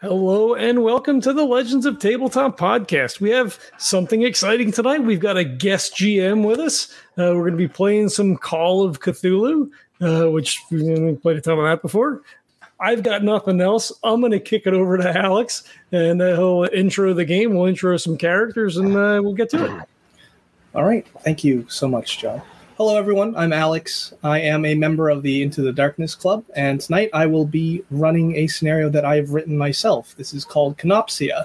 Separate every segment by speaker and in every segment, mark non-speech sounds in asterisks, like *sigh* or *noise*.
Speaker 1: Hello and welcome to the Legends of Tabletop podcast. We have something exciting tonight. We've got a guest GM with us. Uh, we're going to be playing some Call of Cthulhu, uh, which we haven't played a ton of that before. I've got nothing else. I'm going to kick it over to Alex, and uh, he'll intro the game. We'll intro some characters, and uh, we'll get to it.
Speaker 2: All right. Thank you so much, Joe. Hello, everyone. I'm Alex. I am a member of the Into the Darkness Club, and tonight I will be running a scenario that I've written myself. This is called Canopsia,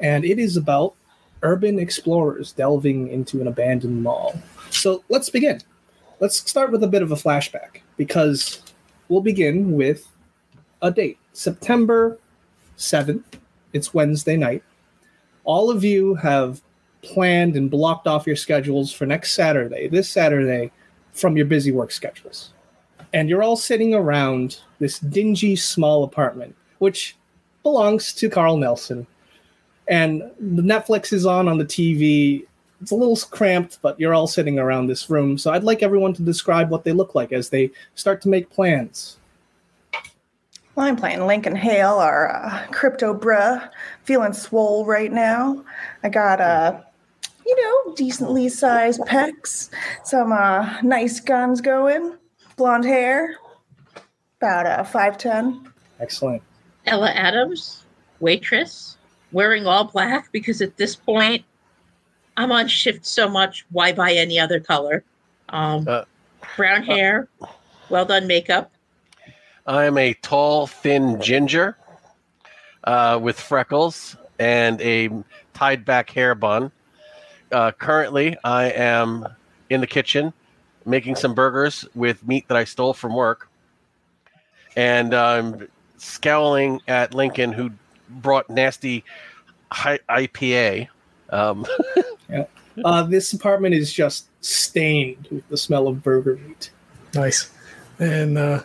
Speaker 2: and it is about urban explorers delving into an abandoned mall. So let's begin. Let's start with a bit of a flashback because we'll begin with a date September 7th. It's Wednesday night. All of you have planned and blocked off your schedules for next Saturday, this Saturday, from your busy work schedules. And you're all sitting around this dingy small apartment, which belongs to Carl Nelson. And the Netflix is on on the TV. It's a little cramped, but you're all sitting around this room. So I'd like everyone to describe what they look like as they start to make plans.
Speaker 3: Well, I'm playing Lincoln Hale or uh, Crypto Bruh, feeling swole right now. I got uh, you know, decently sized pecs, some uh, nice guns going, blonde hair, about uh, 5'10.
Speaker 2: Excellent.
Speaker 4: Ella Adams, waitress, wearing all black because at this point, I'm on shift so much. Why buy any other color? Um,
Speaker 5: Uh.
Speaker 4: brown hair, well done makeup.
Speaker 5: I'm a tall, thin ginger uh, with freckles and a tied back hair bun. Uh, currently, I am in the kitchen making some burgers with meat that I stole from work. And I'm scowling at Lincoln, who brought nasty hi- IPA. Um,
Speaker 2: Uh, this apartment is just stained with the smell of burger meat.
Speaker 1: Nice. And uh,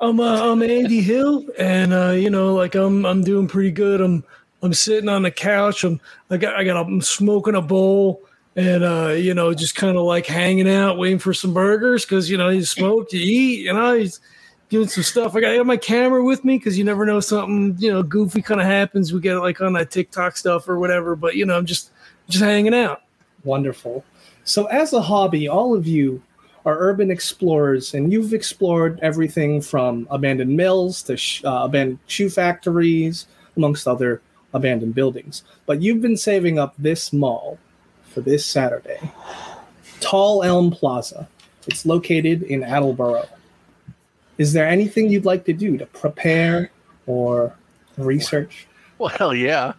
Speaker 1: I'm uh, I'm Andy Hill, and uh, you know, like I'm I'm doing pretty good. I'm I'm sitting on the couch. I'm I got I got a, I'm smoking a bowl, and uh, you know, just kind of like hanging out, waiting for some burgers because you know you smoke, you eat, and I. was Doing some stuff. I got I got my camera with me because you never know something you know goofy kind of happens. We get like on that TikTok stuff or whatever. But you know, I'm just just hanging out.
Speaker 2: Wonderful. So, as a hobby, all of you are urban explorers, and you've explored everything from abandoned mills to sh- uh, abandoned shoe factories, amongst other abandoned buildings. But you've been saving up this mall for this Saturday Tall Elm Plaza. It's located in Attleboro. Is there anything you'd like to do to prepare or research?
Speaker 5: Well, yeah.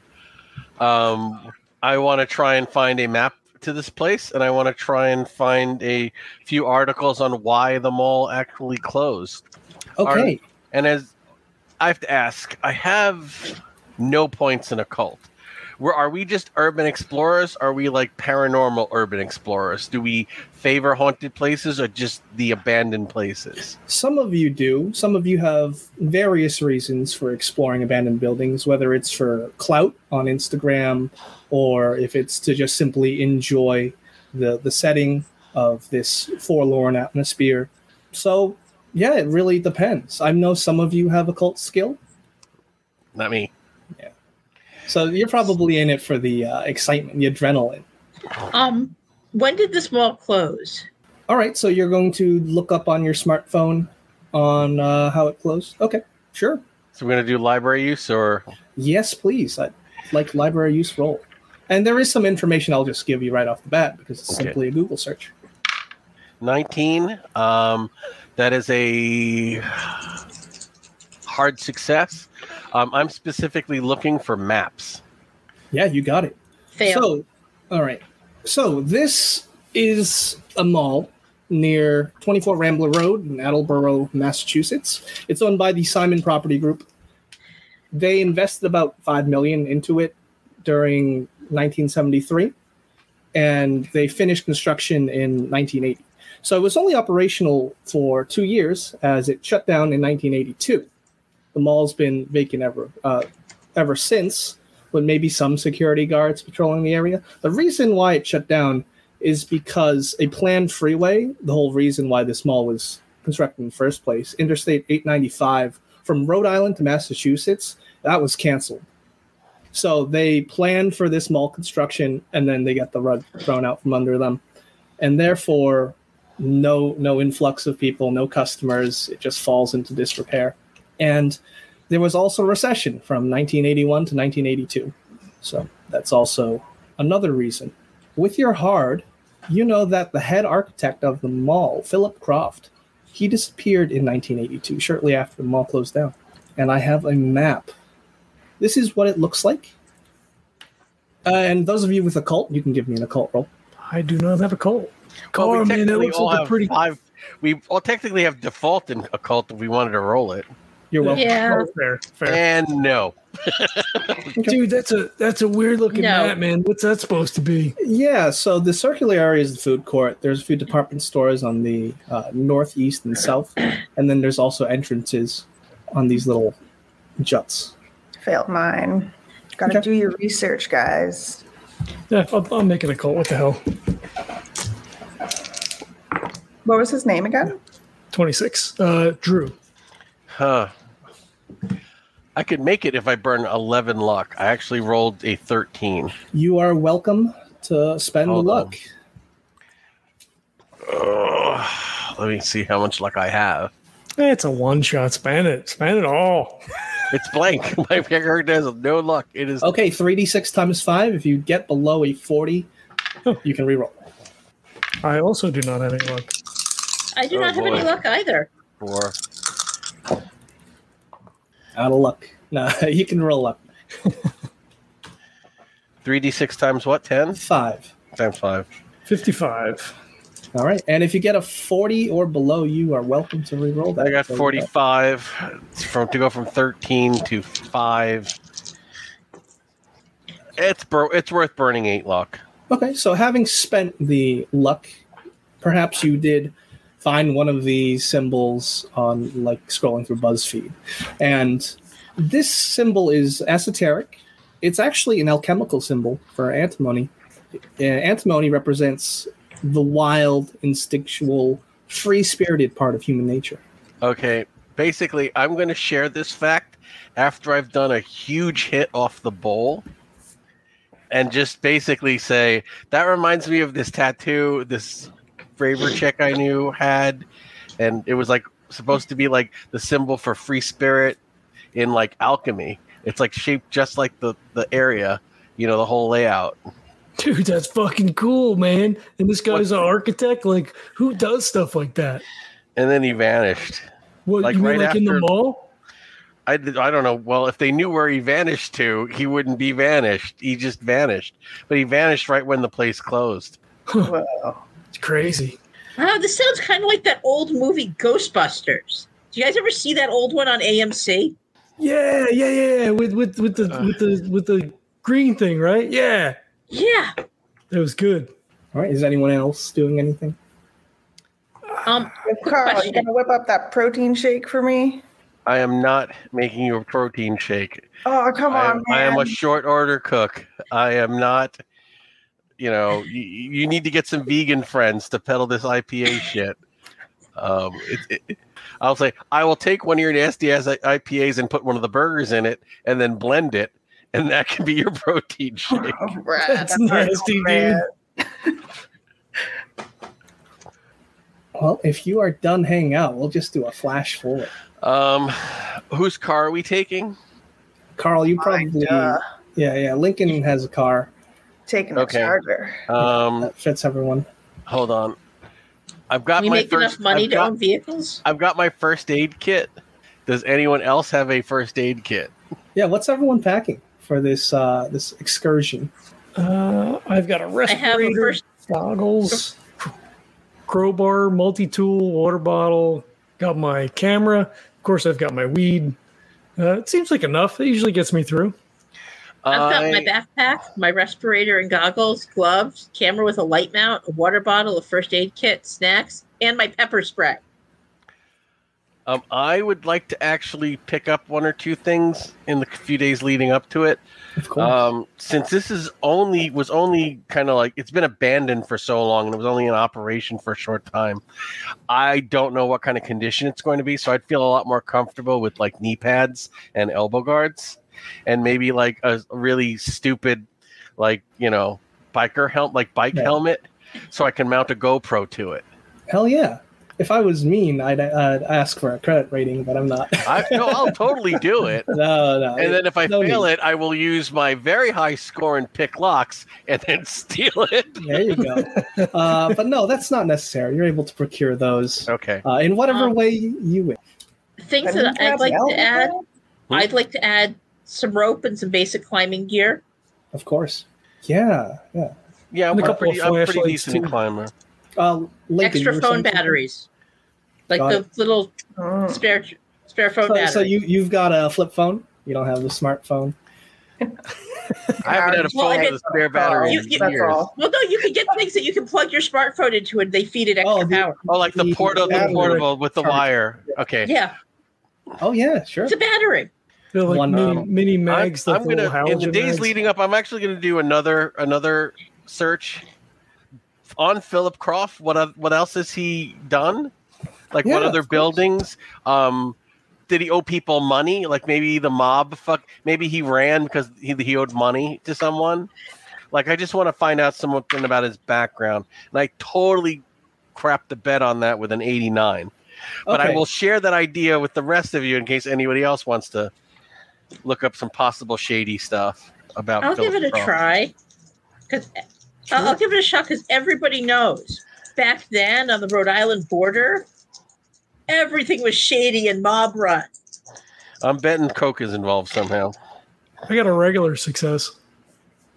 Speaker 5: Um, I want to try and find a map to this place, and I want to try and find a few articles on why the mall actually closed.
Speaker 2: Okay.
Speaker 5: And as I have to ask, I have no points in occult. Where are we just urban explorers? Are we like paranormal urban explorers? Do we favor haunted places or just the abandoned places?
Speaker 2: Some of you do. Some of you have various reasons for exploring abandoned buildings, whether it's for clout on Instagram or if it's to just simply enjoy the, the setting of this forlorn atmosphere. So, yeah, it really depends. I know some of you have occult skill,
Speaker 5: Not me.
Speaker 2: so you're probably in it for the uh, excitement, the adrenaline.
Speaker 4: Um, when did this mall close?
Speaker 2: All right, so you're going to look up on your smartphone on uh, how it closed. Okay, sure.
Speaker 5: So we're gonna do library use or
Speaker 2: Yes, please. I'd like library use role. And there is some information I'll just give you right off the bat because it's
Speaker 5: Okay.
Speaker 2: simply a Google search.
Speaker 5: 19. Um, that is a hard success. Um, I'm specifically looking for maps.
Speaker 2: Yeah, you got it.
Speaker 4: Fail.
Speaker 2: So, all right. So this is a mall near 24 Rambler Road in Attleboro, Massachusetts. It's owned by the Simon Property Group. They invested about 5 million into it during 1973 and they finished construction in 1980. So it was only operational for 2 years as it shut down in 1982. The mall's been vacant ever uh, ever since with maybe some security guards patrolling the area. The reason why it shut down is because a planned freeway, the whole reason why this mall was constructed in the first place, Interstate 895 from Rhode Island to Massachusetts, That was canceled. So they planned for this mall construction, and then they got the rug thrown out from under them, and therefore, no no influx of people, no customers. It just falls into disrepair, and there was also a recession from 1981 to 1982. So that's also another reason. With your hard, you know that the head architect of the mall, Philip Croft, he disappeared in 1982, shortly after the mall closed down. And I have a map. This is what it looks like. Uh, and those of you with a cult, you can give me an occult roll.
Speaker 1: I do not have a cult.
Speaker 5: Well,
Speaker 1: Oh,
Speaker 5: we
Speaker 1: man, that
Speaker 5: technically
Speaker 1: looks
Speaker 5: all
Speaker 1: like a
Speaker 5: have
Speaker 1: pretty.
Speaker 5: five. We all technically have default in occult if we wanted to roll it.
Speaker 2: You're welcome.
Speaker 4: Yeah.
Speaker 1: Oh, fair, fair.
Speaker 5: And no,
Speaker 1: Dude, that's a that's a weird looking
Speaker 4: No.
Speaker 1: map, man. What's that supposed to be?
Speaker 2: Yeah, so the circular area is the food court. There's a few department stores on the uh, north, east, and south, and then there's also entrances on these little juts.
Speaker 3: Failed mine. Got to
Speaker 2: Okay.
Speaker 3: do your research, guys.
Speaker 1: Yeah, I'll, I'll make it a cult. What the hell?
Speaker 3: What was his name again?
Speaker 1: Twenty six. Uh, Drew.
Speaker 5: huh? I could make it if I burn eleven luck. I actually rolled a thirteen.
Speaker 2: You are welcome to spend
Speaker 5: Hold
Speaker 2: luck.
Speaker 5: on. Ugh, let me see how much luck I have.
Speaker 1: Eh, It's a one shot. Span it. Span it all.
Speaker 5: It's blank. *laughs* My character has no luck. It is
Speaker 2: Okay, 3d6 times 5. If you get below a 40, you can reroll.
Speaker 1: I also do not have any luck.
Speaker 4: I do
Speaker 5: Oh,
Speaker 4: not have any
Speaker 5: boy.
Speaker 4: luck either.
Speaker 5: four.
Speaker 2: Out of luck. No, *laughs* you can roll up.
Speaker 5: Three d six times what? Ten
Speaker 2: 5.
Speaker 5: times five.
Speaker 1: Fifty five.
Speaker 2: All right. And if you get a 40 or below, you are welcome to reroll that.
Speaker 5: I got
Speaker 2: So you
Speaker 5: forty five from to go from thirteen to five. It's bur- It's worth burning eight luck.
Speaker 2: Okay, so having spent the luck, perhaps you did find one of these symbols on like scrolling through BuzzFeed. And this symbol is esoteric. It's actually an alchemical symbol for antimony. Uh, antimony represents the wild, instinctual, free spirited part of human nature.
Speaker 5: Okay. Basically, I'm going to share this fact after I've done a huge hit off the bowl and just basically say, that reminds me of this tattoo this braver chick I knew had. And it was like supposed to be like the symbol for free spirit in like alchemy. It's like shaped just like the, the area, you know, the whole layout.
Speaker 1: Dude, that's fucking cool, man. And this guy's
Speaker 5: What?
Speaker 1: an architect. Like, who does stuff like that?
Speaker 5: And then he vanished.
Speaker 1: What
Speaker 5: Like,
Speaker 1: you mean,
Speaker 5: right
Speaker 1: like in the
Speaker 5: after-
Speaker 1: mall?
Speaker 5: I, d- I don't know. Well, if they knew where he vanished to, he wouldn't be vanished. He just vanished. But he vanished right when the place closed.
Speaker 3: Whoa.
Speaker 1: It's crazy.
Speaker 4: Wow, this sounds kind of like that old movie Ghostbusters. Do you guys ever see that old one on AMC?
Speaker 1: Yeah, yeah, yeah. With with with the with the with the green thing, right? Yeah,
Speaker 4: Yeah.
Speaker 1: that was good.
Speaker 2: All right, is anyone else doing anything?
Speaker 4: Um, quick
Speaker 3: Carl, you
Speaker 4: question.
Speaker 3: gonna whip up that protein shake for me?
Speaker 5: I am not making you a protein shake.
Speaker 3: Oh, come
Speaker 5: I
Speaker 3: on,
Speaker 5: am,
Speaker 3: man.
Speaker 5: I am a short order cook. I am not, you know, you, you need to get some vegan friends to peddle
Speaker 3: *laughs*
Speaker 5: this IPA shit. Um, it, it, I'll say, I will take one of your nasty ass IPAs and put one of the burgers in it and then blend it. And that can be your *laughs* protein shake.
Speaker 3: Oh, Brad,
Speaker 1: *laughs* That's
Speaker 3: hard,
Speaker 1: nasty,
Speaker 3: Brad.
Speaker 1: dude.
Speaker 2: Well, if you are done hanging out, we'll just do a flash forward.
Speaker 5: Um, whose car are we taking?
Speaker 2: Carl, you
Speaker 3: Fine,
Speaker 2: probably.
Speaker 3: uh,
Speaker 2: Yeah, yeah. Lincoln has a car
Speaker 3: taking the
Speaker 5: Okay.
Speaker 3: charger.
Speaker 5: Um,
Speaker 2: that fits everyone.
Speaker 5: hold on. I've got
Speaker 4: we
Speaker 5: my
Speaker 4: make
Speaker 5: first.
Speaker 4: enough money
Speaker 5: I've,
Speaker 4: to
Speaker 5: got,
Speaker 4: own vehicles?
Speaker 5: I've got my first aid kit. Does anyone else have a first aid kit?
Speaker 2: Yeah, what's everyone packing for this uh this excursion?
Speaker 1: Uh, I've got a
Speaker 4: I have a
Speaker 1: respirator,
Speaker 4: first.
Speaker 1: goggles, crowbar, multi-tool, water bottle. Got my camera. Of course, I've got my weed. Uh, it seems like enough. It usually gets me through.
Speaker 4: I've got
Speaker 5: I-
Speaker 4: my backpack, my respirator and goggles, gloves, camera with a light mount, a water bottle, a first aid kit, snacks, and my pepper spray.
Speaker 5: Um, I would like to actually pick up one or two things in the few days leading up to it.
Speaker 2: Of course.
Speaker 5: Um, since this is only was only kind of like it's been abandoned for so long and it was only in operation for a short time. I don't know what kind of condition it's going to be, so I'd feel a lot more comfortable with like knee pads and elbow guards. and maybe like a really stupid, like you know, biker helmet, like bike
Speaker 2: Yeah.
Speaker 5: helmet, so I can mount a GoPro to it.
Speaker 2: Hell yeah. If I was mean, I'd, uh ask for a credit rating, but I'm not.
Speaker 5: I no, I'll totally do it.
Speaker 2: *laughs* no, no.
Speaker 5: And then if I
Speaker 2: no
Speaker 5: fail
Speaker 2: need.
Speaker 5: it, I will use my very high score and pick locks, and then *laughs* steal
Speaker 2: *laughs*
Speaker 5: it.
Speaker 2: There you go. Uh, but no, that's not necessary. You're able to procure those
Speaker 5: Okay.
Speaker 2: uh, in whatever
Speaker 4: Um,
Speaker 2: way you wish.
Speaker 4: Things
Speaker 3: Couldn't
Speaker 4: that
Speaker 3: you
Speaker 4: I'd
Speaker 3: have
Speaker 4: like
Speaker 3: yelled
Speaker 4: to
Speaker 3: at
Speaker 4: add.
Speaker 3: them?
Speaker 4: I'd like to add some rope and some basic climbing gear.
Speaker 2: Of course. Yeah, yeah.
Speaker 5: Yeah, I'm
Speaker 1: And a
Speaker 5: a
Speaker 1: couple
Speaker 5: pretty,
Speaker 1: of
Speaker 5: I'm a pretty
Speaker 1: flashlights,
Speaker 5: decent
Speaker 1: too.
Speaker 4: *laughs*
Speaker 5: climber.
Speaker 2: Uh, Lincoln, you
Speaker 4: Extra
Speaker 2: were saying
Speaker 4: phone
Speaker 2: something?
Speaker 4: batteries, like
Speaker 2: Got
Speaker 4: the little
Speaker 3: Mm.
Speaker 4: spare spare phone
Speaker 2: So,
Speaker 4: battery.
Speaker 2: so you you've got a flip phone. You don't have a smartphone.
Speaker 5: I haven't had a
Speaker 4: Well, I
Speaker 5: phone
Speaker 4: did-
Speaker 5: with a spare battery
Speaker 4: You-
Speaker 5: in
Speaker 4: you-
Speaker 3: That's
Speaker 5: years.
Speaker 3: all.
Speaker 4: well, no, you can get things that you can plug your smartphone into, and they feed it extra
Speaker 2: Oh, the-
Speaker 4: power.
Speaker 5: Oh, like the
Speaker 2: The
Speaker 5: portable, the
Speaker 2: battery.
Speaker 5: portable with the
Speaker 2: Charger.
Speaker 5: wire. Okay.
Speaker 4: Yeah,
Speaker 2: Oh yeah, sure.
Speaker 4: it's a battery.
Speaker 1: They're like mini,
Speaker 2: Wonderful.
Speaker 1: mini
Speaker 5: I'm,
Speaker 1: mags.
Speaker 5: uh, I'm
Speaker 1: like little
Speaker 5: gonna in the
Speaker 1: halogen
Speaker 5: days
Speaker 1: mags.
Speaker 5: leading up. I'm actually gonna do another another search on Philip Croft. What oth- what else has he done? Like
Speaker 2: Yeah,
Speaker 5: what other
Speaker 2: of course.
Speaker 5: buildings? Um, did he owe people money? Like maybe the mob. Fuck. Maybe he ran because he he owed money to someone. Like I just want to find out something about his background, and I totally crapped the bed on that with an 89. But I
Speaker 2: Okay.
Speaker 5: will share that idea with the rest of you in case anybody else wants to look up some possible shady stuff about.
Speaker 4: I'll give
Speaker 5: Philip
Speaker 4: it a
Speaker 5: Roth.
Speaker 4: try. Because I'll, I'll give it a shot. Because everybody knows back then on the Rhode Island border, everything was shady and mob run.
Speaker 5: I'm betting Coke is involved somehow.
Speaker 1: I got a regular success.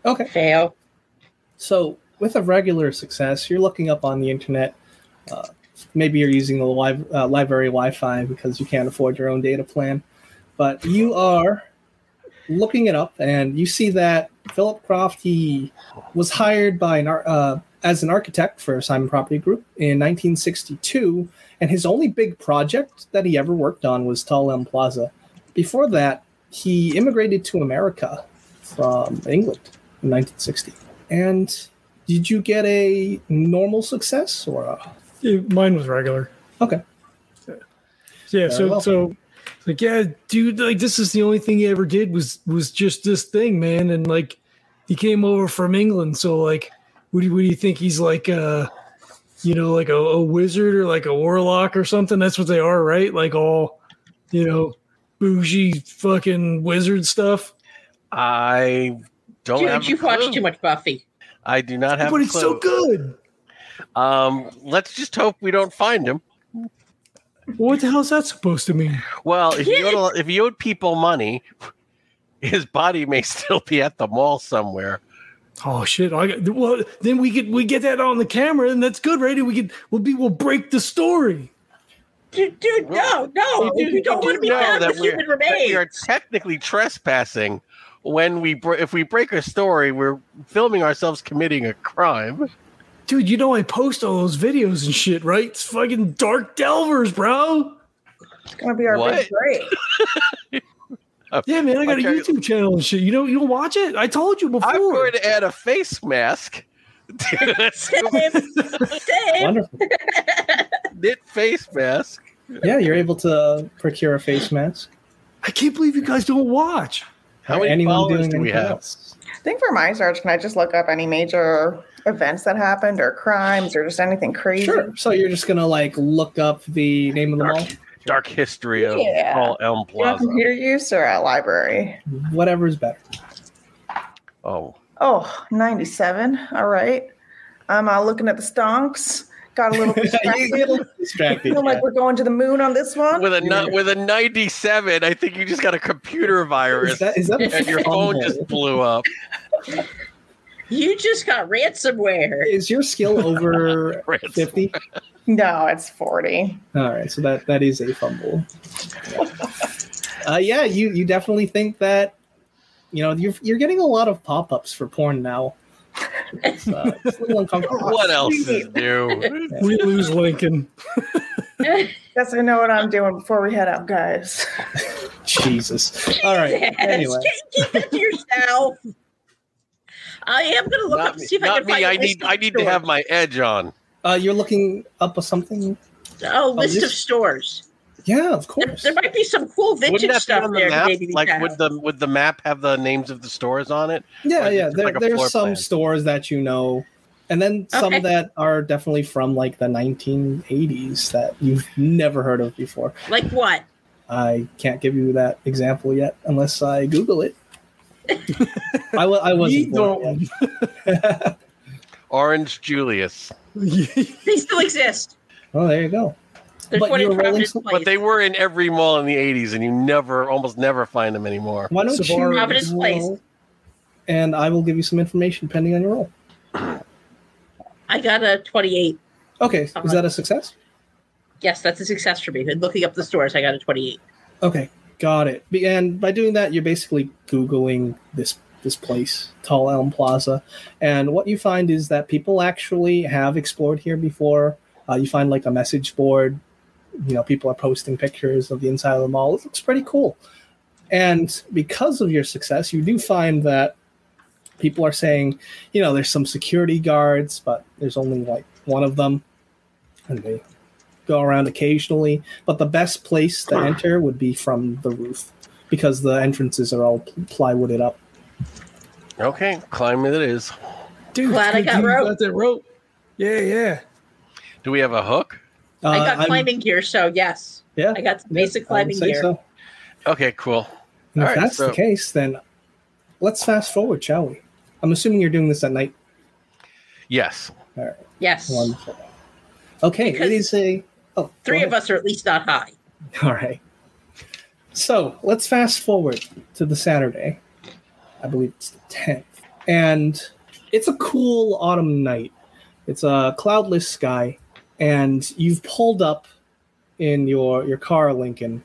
Speaker 2: Okay.
Speaker 4: Fail.
Speaker 2: So with a regular success, you're looking up on the internet. Uh, maybe you're using the li- uh, library Wi-Fi because you can't afford your own data plan, but you are looking it up, and you see that Philip Croft he was hired by an ar- uh, as an architect for Simon Property Group in 1962, and his only big project that he ever worked on was Tall Elm Plaza. Before that, he immigrated to America from England in 1960. And did you get a normal success or a,
Speaker 1: Yeah, mine was regular.
Speaker 2: okay?
Speaker 1: Yeah. So
Speaker 2: well.
Speaker 1: so it's like yeah, dude. Like this is the only thing he ever did was was just this thing, man. And like he came over from England, so like, what do you, what do you think he's like? uh You know, like a, a wizard or like a warlock or something. That's what they are, right? Like all, you know, bougie fucking wizard stuff.
Speaker 5: I don't have
Speaker 4: Dude,
Speaker 5: a
Speaker 4: you've watched
Speaker 5: clue.
Speaker 4: too much Buffy.
Speaker 5: I do not have.
Speaker 1: But
Speaker 5: a
Speaker 1: it's so
Speaker 5: clue.
Speaker 1: good.
Speaker 5: Um, let's just hope we don't find him.
Speaker 1: What the hell's that supposed to mean?
Speaker 5: Well, if you
Speaker 4: Yeah.
Speaker 5: owed, if you owed people money, *laughs* his body may still be at the mall somewhere.
Speaker 1: Oh shit! I got, well, then we could we get that on the camera, and that's good, right? And we could we'll be we'll break the story.
Speaker 4: Dude, dude, no, no,
Speaker 5: You
Speaker 4: you,
Speaker 5: do-
Speaker 4: don't
Speaker 5: you
Speaker 4: want to
Speaker 5: do
Speaker 4: be
Speaker 5: know
Speaker 4: found
Speaker 5: that
Speaker 4: with
Speaker 5: we're-
Speaker 4: human
Speaker 5: that
Speaker 4: remains.
Speaker 5: we are technically trespassing when we br- if we break a story we're filming ourselves committing a crime
Speaker 1: Dude, you know I post all those videos and shit, right? It's fucking Dark Delvers, bro.
Speaker 3: It's gonna be our
Speaker 5: What?
Speaker 3: big break.
Speaker 1: Yeah, man, I got a
Speaker 5: Okay.
Speaker 1: YouTube channel and shit. You know, you don't watch it. I told you before.
Speaker 5: i'm going to add a
Speaker 4: *laughs*
Speaker 5: face mask to that
Speaker 4: Same, *laughs*
Speaker 3: *laughs*
Speaker 4: same.
Speaker 2: Wonderful.
Speaker 5: knit face mask
Speaker 2: Yeah, you're able to procure a face mask.
Speaker 1: I can't believe you guys don't watch.
Speaker 5: how many followers do we
Speaker 2: anything
Speaker 5: have
Speaker 2: else?
Speaker 3: I think for my search, can I just look up any major events that happened or crimes or just anything crazy?
Speaker 2: Sure. So you're just gonna like look up the name of the mall,
Speaker 5: dark, dark history of
Speaker 3: Yeah.
Speaker 5: all elm
Speaker 3: You know,
Speaker 5: plaza
Speaker 3: computer use or at library?
Speaker 2: whatever is better.
Speaker 5: oh
Speaker 3: Oh, 97. All right. I'm uh, looking at the stonks.
Speaker 2: *laughs*
Speaker 3: Got *laughs* a little
Speaker 2: You get a
Speaker 3: distracted.
Speaker 2: little
Speaker 3: *laughs*
Speaker 2: distracted.
Speaker 3: Feel like
Speaker 2: yeah.
Speaker 3: we're going to the moon on this one.
Speaker 5: with a ni- with a 97 i think you just got a computer
Speaker 2: Is
Speaker 5: virus
Speaker 2: that, is that a
Speaker 5: and your phone
Speaker 2: fumble?
Speaker 5: just blew up
Speaker 4: You just got ransomware.
Speaker 2: *laughs* is your skill
Speaker 5: *laughs*
Speaker 2: over
Speaker 5: Ransom.
Speaker 2: fifty?
Speaker 3: no, it's 40.
Speaker 2: All right, so that that is a fumble. uh, yeah, you you definitely think that. You know, you're you're getting a lot of pop ups for porn now. It's, uh, it's a little uncomfortable.
Speaker 5: what else is new
Speaker 1: We lose Lincoln. *laughs*
Speaker 4: *laughs*
Speaker 3: Guess I know what I'm doing before we head out, guys.
Speaker 2: Jesus. All right.
Speaker 4: Yes,
Speaker 2: Anyway,
Speaker 4: Keep it to yourself. I am going to look
Speaker 5: not
Speaker 4: up and
Speaker 5: me,
Speaker 4: see if I
Speaker 5: not
Speaker 4: can find
Speaker 5: me.
Speaker 4: a
Speaker 5: I
Speaker 4: list
Speaker 5: need
Speaker 4: of
Speaker 5: I need to
Speaker 4: stores.
Speaker 5: have my edge on.
Speaker 2: uh, you're looking up a something.
Speaker 4: oh, list of
Speaker 2: list.
Speaker 4: stores.
Speaker 2: Yeah, of
Speaker 4: There,
Speaker 2: course.
Speaker 4: there might be some cool vintage
Speaker 5: Wouldn't that be
Speaker 4: stuff
Speaker 5: on the
Speaker 4: there.
Speaker 5: map?
Speaker 4: Maybe we
Speaker 5: Like,
Speaker 4: have.
Speaker 5: would the would the map have the names of the stores on it?
Speaker 2: Yeah,
Speaker 5: Like,
Speaker 2: yeah.
Speaker 5: it's
Speaker 2: There,
Speaker 5: like a floor
Speaker 2: there's some
Speaker 5: plan.
Speaker 2: stores that you know, and then some
Speaker 4: Okay.
Speaker 2: that are definitely from like the 1980s that you've never heard of before.
Speaker 4: like what?
Speaker 2: I can't give you that example yet unless I Google it. I wa- I wasn't
Speaker 1: You
Speaker 2: born
Speaker 1: don't.
Speaker 2: yet. *laughs*
Speaker 5: Orange Julius,
Speaker 4: They still exist.
Speaker 2: oh, there you go.
Speaker 4: There's
Speaker 2: But
Speaker 4: one in
Speaker 2: you're rolling
Speaker 4: Providence
Speaker 2: some-
Speaker 4: Place.
Speaker 5: but they were in every mall in the '80s, and you never, almost never, find them anymore.
Speaker 2: Why don't
Speaker 1: Sbarro.
Speaker 2: you
Speaker 4: Providence Place.
Speaker 2: roll, and I will give you some information depending on your role.
Speaker 4: I got a 28.
Speaker 2: Okay,
Speaker 4: All
Speaker 2: is
Speaker 4: right.
Speaker 2: that a success?
Speaker 4: Yes, that's a success for me. And looking up the stores, I got a 28.
Speaker 2: Okay, got it. Be- And by doing that, you're basically googling this this place, Tall Elm Plaza, and what you find is that people actually have explored here before. Uh, you find like a message board. You know, people are posting pictures of the inside of the mall. It looks pretty cool. And because of your success, you do find that people are saying, you know, there's some security guards, but there's only like one of them, and they go around occasionally but the best place to enter would be from the roof because the entrances are all pl- plywooded up.
Speaker 5: Okay, climb it is.
Speaker 1: Dude,
Speaker 4: Glad I
Speaker 1: good
Speaker 4: got
Speaker 1: you
Speaker 4: rope.
Speaker 1: that rope. Yeah, yeah.
Speaker 5: Do we have a hook?
Speaker 2: Uh,
Speaker 4: I got
Speaker 2: I'm-
Speaker 4: climbing gear, so yes.
Speaker 2: Yeah,
Speaker 4: I got some
Speaker 2: I
Speaker 4: basic
Speaker 2: would
Speaker 4: climbing
Speaker 2: say
Speaker 4: gear.
Speaker 2: So.
Speaker 5: Okay, cool.
Speaker 2: And if
Speaker 5: All right,
Speaker 2: that's
Speaker 5: so-
Speaker 2: the case, then let's fast forward, shall we? I'm assuming you're doing this at night.
Speaker 5: Yes.
Speaker 4: Yes.
Speaker 2: Wonderful. Okay, it is a oh, go
Speaker 4: Three
Speaker 2: ahead.
Speaker 4: of us are at least not high.
Speaker 2: *laughs* All right. So let's fast forward to the Saturday. I believe it's the 10th. And it's a cool autumn night. It's a cloudless sky. And you've pulled up in your, your car, Lincoln,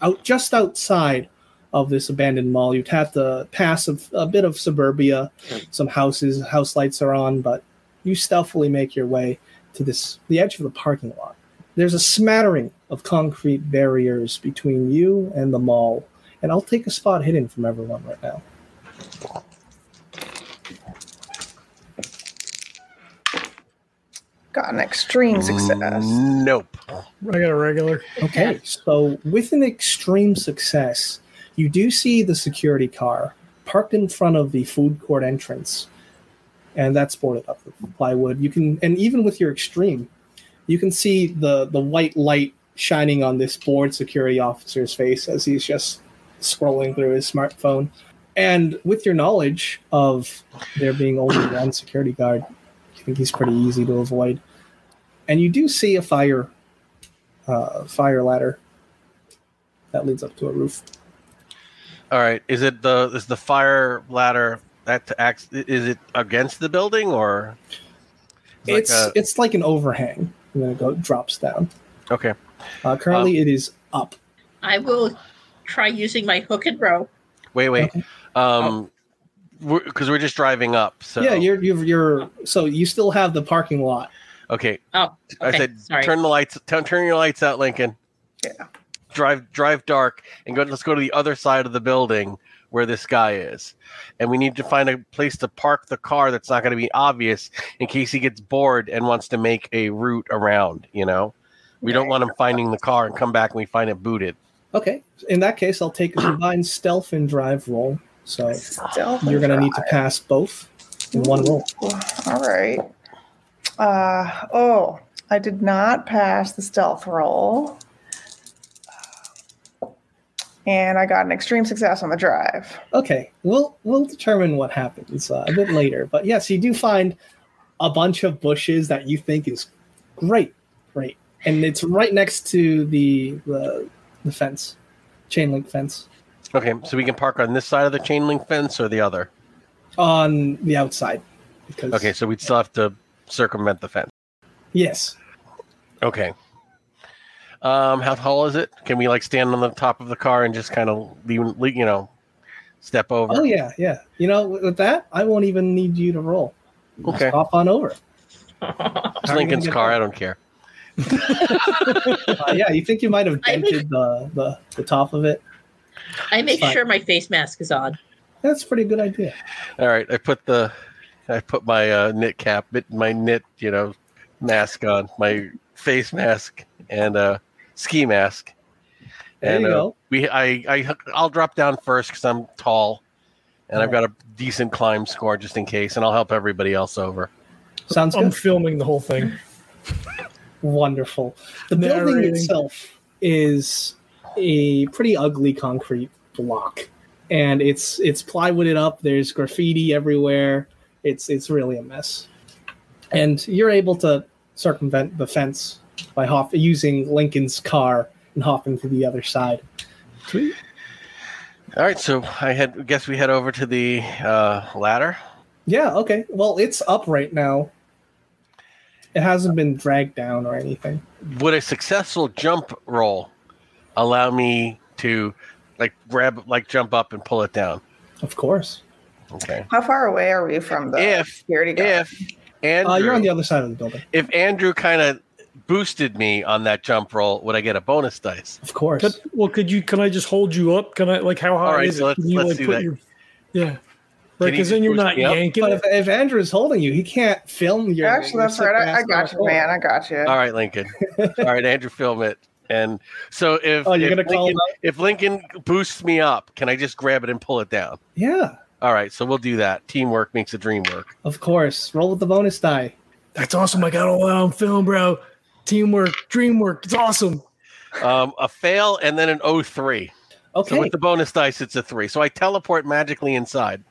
Speaker 2: out just outside of this abandoned mall. You'd have to pass a, a bit of suburbia. Some houses, house lights are on, but you stealthily make your way to this the edge of the parking lot there's a smattering of concrete barriers between you and the mall, and I'll take a spot hidden from everyone right now.
Speaker 3: Got an extreme success.
Speaker 5: Nope.
Speaker 1: I got a regular.
Speaker 2: Okay, so with an extreme success, you do see the security car parked in front of the food court entrance, and that's boarded up with plywood. You can, and even with your extreme, you can see the the white light shining on this bored security officer's face as he's just scrolling through his smartphone. And with your knowledge of there being only one security guard, I think he's pretty easy to avoid. And you do see a fire uh, fire ladder that leads up to a roof.
Speaker 5: All right. Is it the is the fire ladder that to act, is it against the building or? like
Speaker 2: it's
Speaker 5: a-
Speaker 2: it's like an overhang, and then it go, drops down.
Speaker 5: okay.
Speaker 2: Uh,
Speaker 5: Um,
Speaker 2: currently, it is up.
Speaker 4: I will try using my hook and rope.
Speaker 5: Wait, wait.
Speaker 2: Okay.
Speaker 5: Um, because we're just driving up. So
Speaker 2: Yeah, you're, you're you're so you still have the parking lot.
Speaker 5: okay.
Speaker 4: Oh,
Speaker 5: I
Speaker 4: okay,
Speaker 5: said,
Speaker 4: sorry.
Speaker 5: turn the lights. Turn, turn your lights out, Lincoln.
Speaker 3: Yeah.
Speaker 5: Drive, drive dark, and go. Let's go to the other side of the building where this guy is, and we need to find a place to park the car that's not going to be obvious in case he gets bored and wants to make a route around. You know, we don't want him finding the car and come back and we find it booted.
Speaker 2: Okay, in that case, I'll
Speaker 5: *clears throat*
Speaker 2: take a combined stealth and drive roll. So
Speaker 3: Stealth
Speaker 2: you're
Speaker 3: and
Speaker 2: gonna need to pass both in one roll.
Speaker 3: drive. All right. Uh, oh, I did not pass the stealth roll. And I got an extreme success on the drive.
Speaker 2: Okay, we'll we'll determine what happens uh, a bit later. But yes, you do find a bunch of bushes that you think is great, great, and it's right next to the the, the fence, chain link fence
Speaker 5: Okay, so we can park on this side of the chain link fence or the other.
Speaker 2: on the outside. Because
Speaker 5: Okay, so we'd still have to circumvent the fence.
Speaker 2: yes,
Speaker 5: Okay. Um, how tall is it? Can we like stand on the top of the car and just kind of lean, le- you know, step over?
Speaker 2: oh yeah, yeah. You know, with with that, I won't even need you to roll. Just
Speaker 5: Okay,
Speaker 2: hop on over.
Speaker 5: it's
Speaker 2: How are you gonna
Speaker 5: Lincoln's
Speaker 2: get
Speaker 5: car.
Speaker 2: there?
Speaker 5: I don't care.
Speaker 2: Uh, yeah, you think you might have
Speaker 4: I think-
Speaker 2: dented the, the the top of it?
Speaker 4: I make
Speaker 2: Fine.
Speaker 4: sure my face mask is on.
Speaker 2: That's a pretty good idea.
Speaker 5: All right, I put the, I put my uh, knit cap, knit- my knit, you know, mask on, my face mask and uh, ski mask,
Speaker 2: There
Speaker 5: and
Speaker 2: you
Speaker 5: uh,
Speaker 2: go.
Speaker 5: we I, I I'll drop down first because I'm tall, and
Speaker 2: Oh.
Speaker 5: I've got a decent climb score just in case, and I'll help everybody else over.
Speaker 2: Sounds
Speaker 1: I'm
Speaker 2: good.
Speaker 1: filming the whole thing.
Speaker 2: Wonderful. The building
Speaker 1: Narrating.
Speaker 2: itself is a pretty ugly concrete block, and it's it's plywooded up. There's graffiti everywhere. It's it's really a mess. And you're able to circumvent the fence by hop using Lincoln's car and hopping to the other side.
Speaker 5: All right, so I had guess we head over to the uh, ladder.
Speaker 2: Yeah. Okay. Well, it's up right now. It hasn't been dragged down or anything.
Speaker 5: Would a successful jump roll allow me to like grab like jump up and pull it down?
Speaker 2: Of course.
Speaker 5: Okay.
Speaker 3: How far away are we from the
Speaker 5: If-
Speaker 3: security guard?
Speaker 5: If Andrew,
Speaker 2: Uh, you're on the other side of the building.
Speaker 5: if Andrew kind of boosted me on that jump roll, would I get a bonus dice?
Speaker 2: Of course.
Speaker 1: Could, well, could you? Can I just hold you up? Can I? Like, how high
Speaker 5: All right,
Speaker 1: is
Speaker 5: so
Speaker 1: it?
Speaker 5: let's-
Speaker 1: Can you,
Speaker 5: let's
Speaker 1: like,
Speaker 5: do
Speaker 1: put
Speaker 5: that.
Speaker 1: Your, yeah, right.
Speaker 5: you
Speaker 1: Because then you're
Speaker 5: boost
Speaker 1: not
Speaker 5: me up?
Speaker 1: yanking.
Speaker 2: But
Speaker 1: it.
Speaker 2: if, if Andrew's holding you, he can't film your.
Speaker 3: Actually, that's
Speaker 2: your
Speaker 3: right. I, I
Speaker 2: sit-ass
Speaker 3: got
Speaker 2: on
Speaker 3: you,
Speaker 2: the
Speaker 3: man.
Speaker 2: floor.
Speaker 3: I got you.
Speaker 5: All right, Lincoln. All right, Andrew, film it. And so if
Speaker 2: Oh, you're
Speaker 5: if
Speaker 2: gonna call
Speaker 5: Lincoln,
Speaker 2: him out?
Speaker 5: if Lincoln boosts me up, can I just grab it and pull it down?
Speaker 2: Yeah,
Speaker 5: All right, so we'll do that. Teamwork makes the dream work.
Speaker 2: of course. Roll with the bonus die.
Speaker 1: That's awesome. I got all that on film, bro. Teamwork, dream work. It's awesome.
Speaker 5: Um, a fail and then an O three.
Speaker 2: Okay. *laughs*
Speaker 5: So with the bonus dice, it's a three. So I teleport magically inside.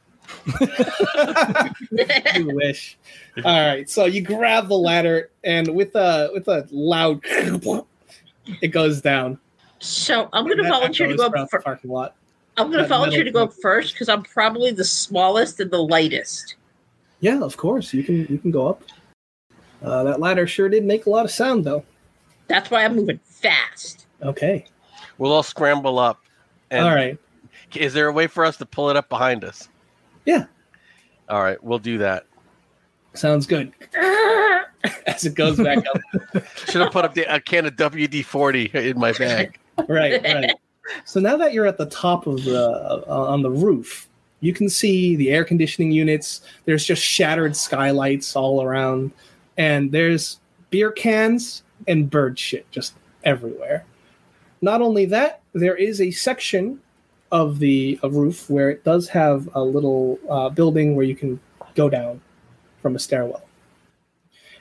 Speaker 2: you wish. All right. So you grab the ladder, and with a with a loud, *laughs* it goes down.
Speaker 4: So I'm going
Speaker 2: That
Speaker 4: to volunteer to
Speaker 2: echoes
Speaker 4: go up
Speaker 2: throughout the
Speaker 4: first.
Speaker 2: parking lot.
Speaker 4: I'm going
Speaker 2: that
Speaker 4: to volunteer to
Speaker 2: metal
Speaker 4: go up first because I'm probably the smallest and the lightest.
Speaker 2: Yeah, of course. You can you can go up. Uh, that ladder sure did make a lot of sound, though.
Speaker 4: That's why I'm moving fast.
Speaker 2: Okay.
Speaker 5: We'll all scramble up. And
Speaker 2: All right.
Speaker 5: Is there a way for us to pull it up behind us?
Speaker 2: Yeah.
Speaker 5: All right, we'll do that.
Speaker 2: Sounds good. *laughs* As it goes back up.
Speaker 5: Should have put up the, a can of WD forty in
Speaker 2: *laughs*
Speaker 5: my bag.
Speaker 2: right right so now that you're at the top of the uh, on the roof you can see the air conditioning units there's just shattered skylights all around and there's beer cans and bird shit just everywhere not only that there is a section of the a roof where it does have a little uh, building where you can go down from a stairwell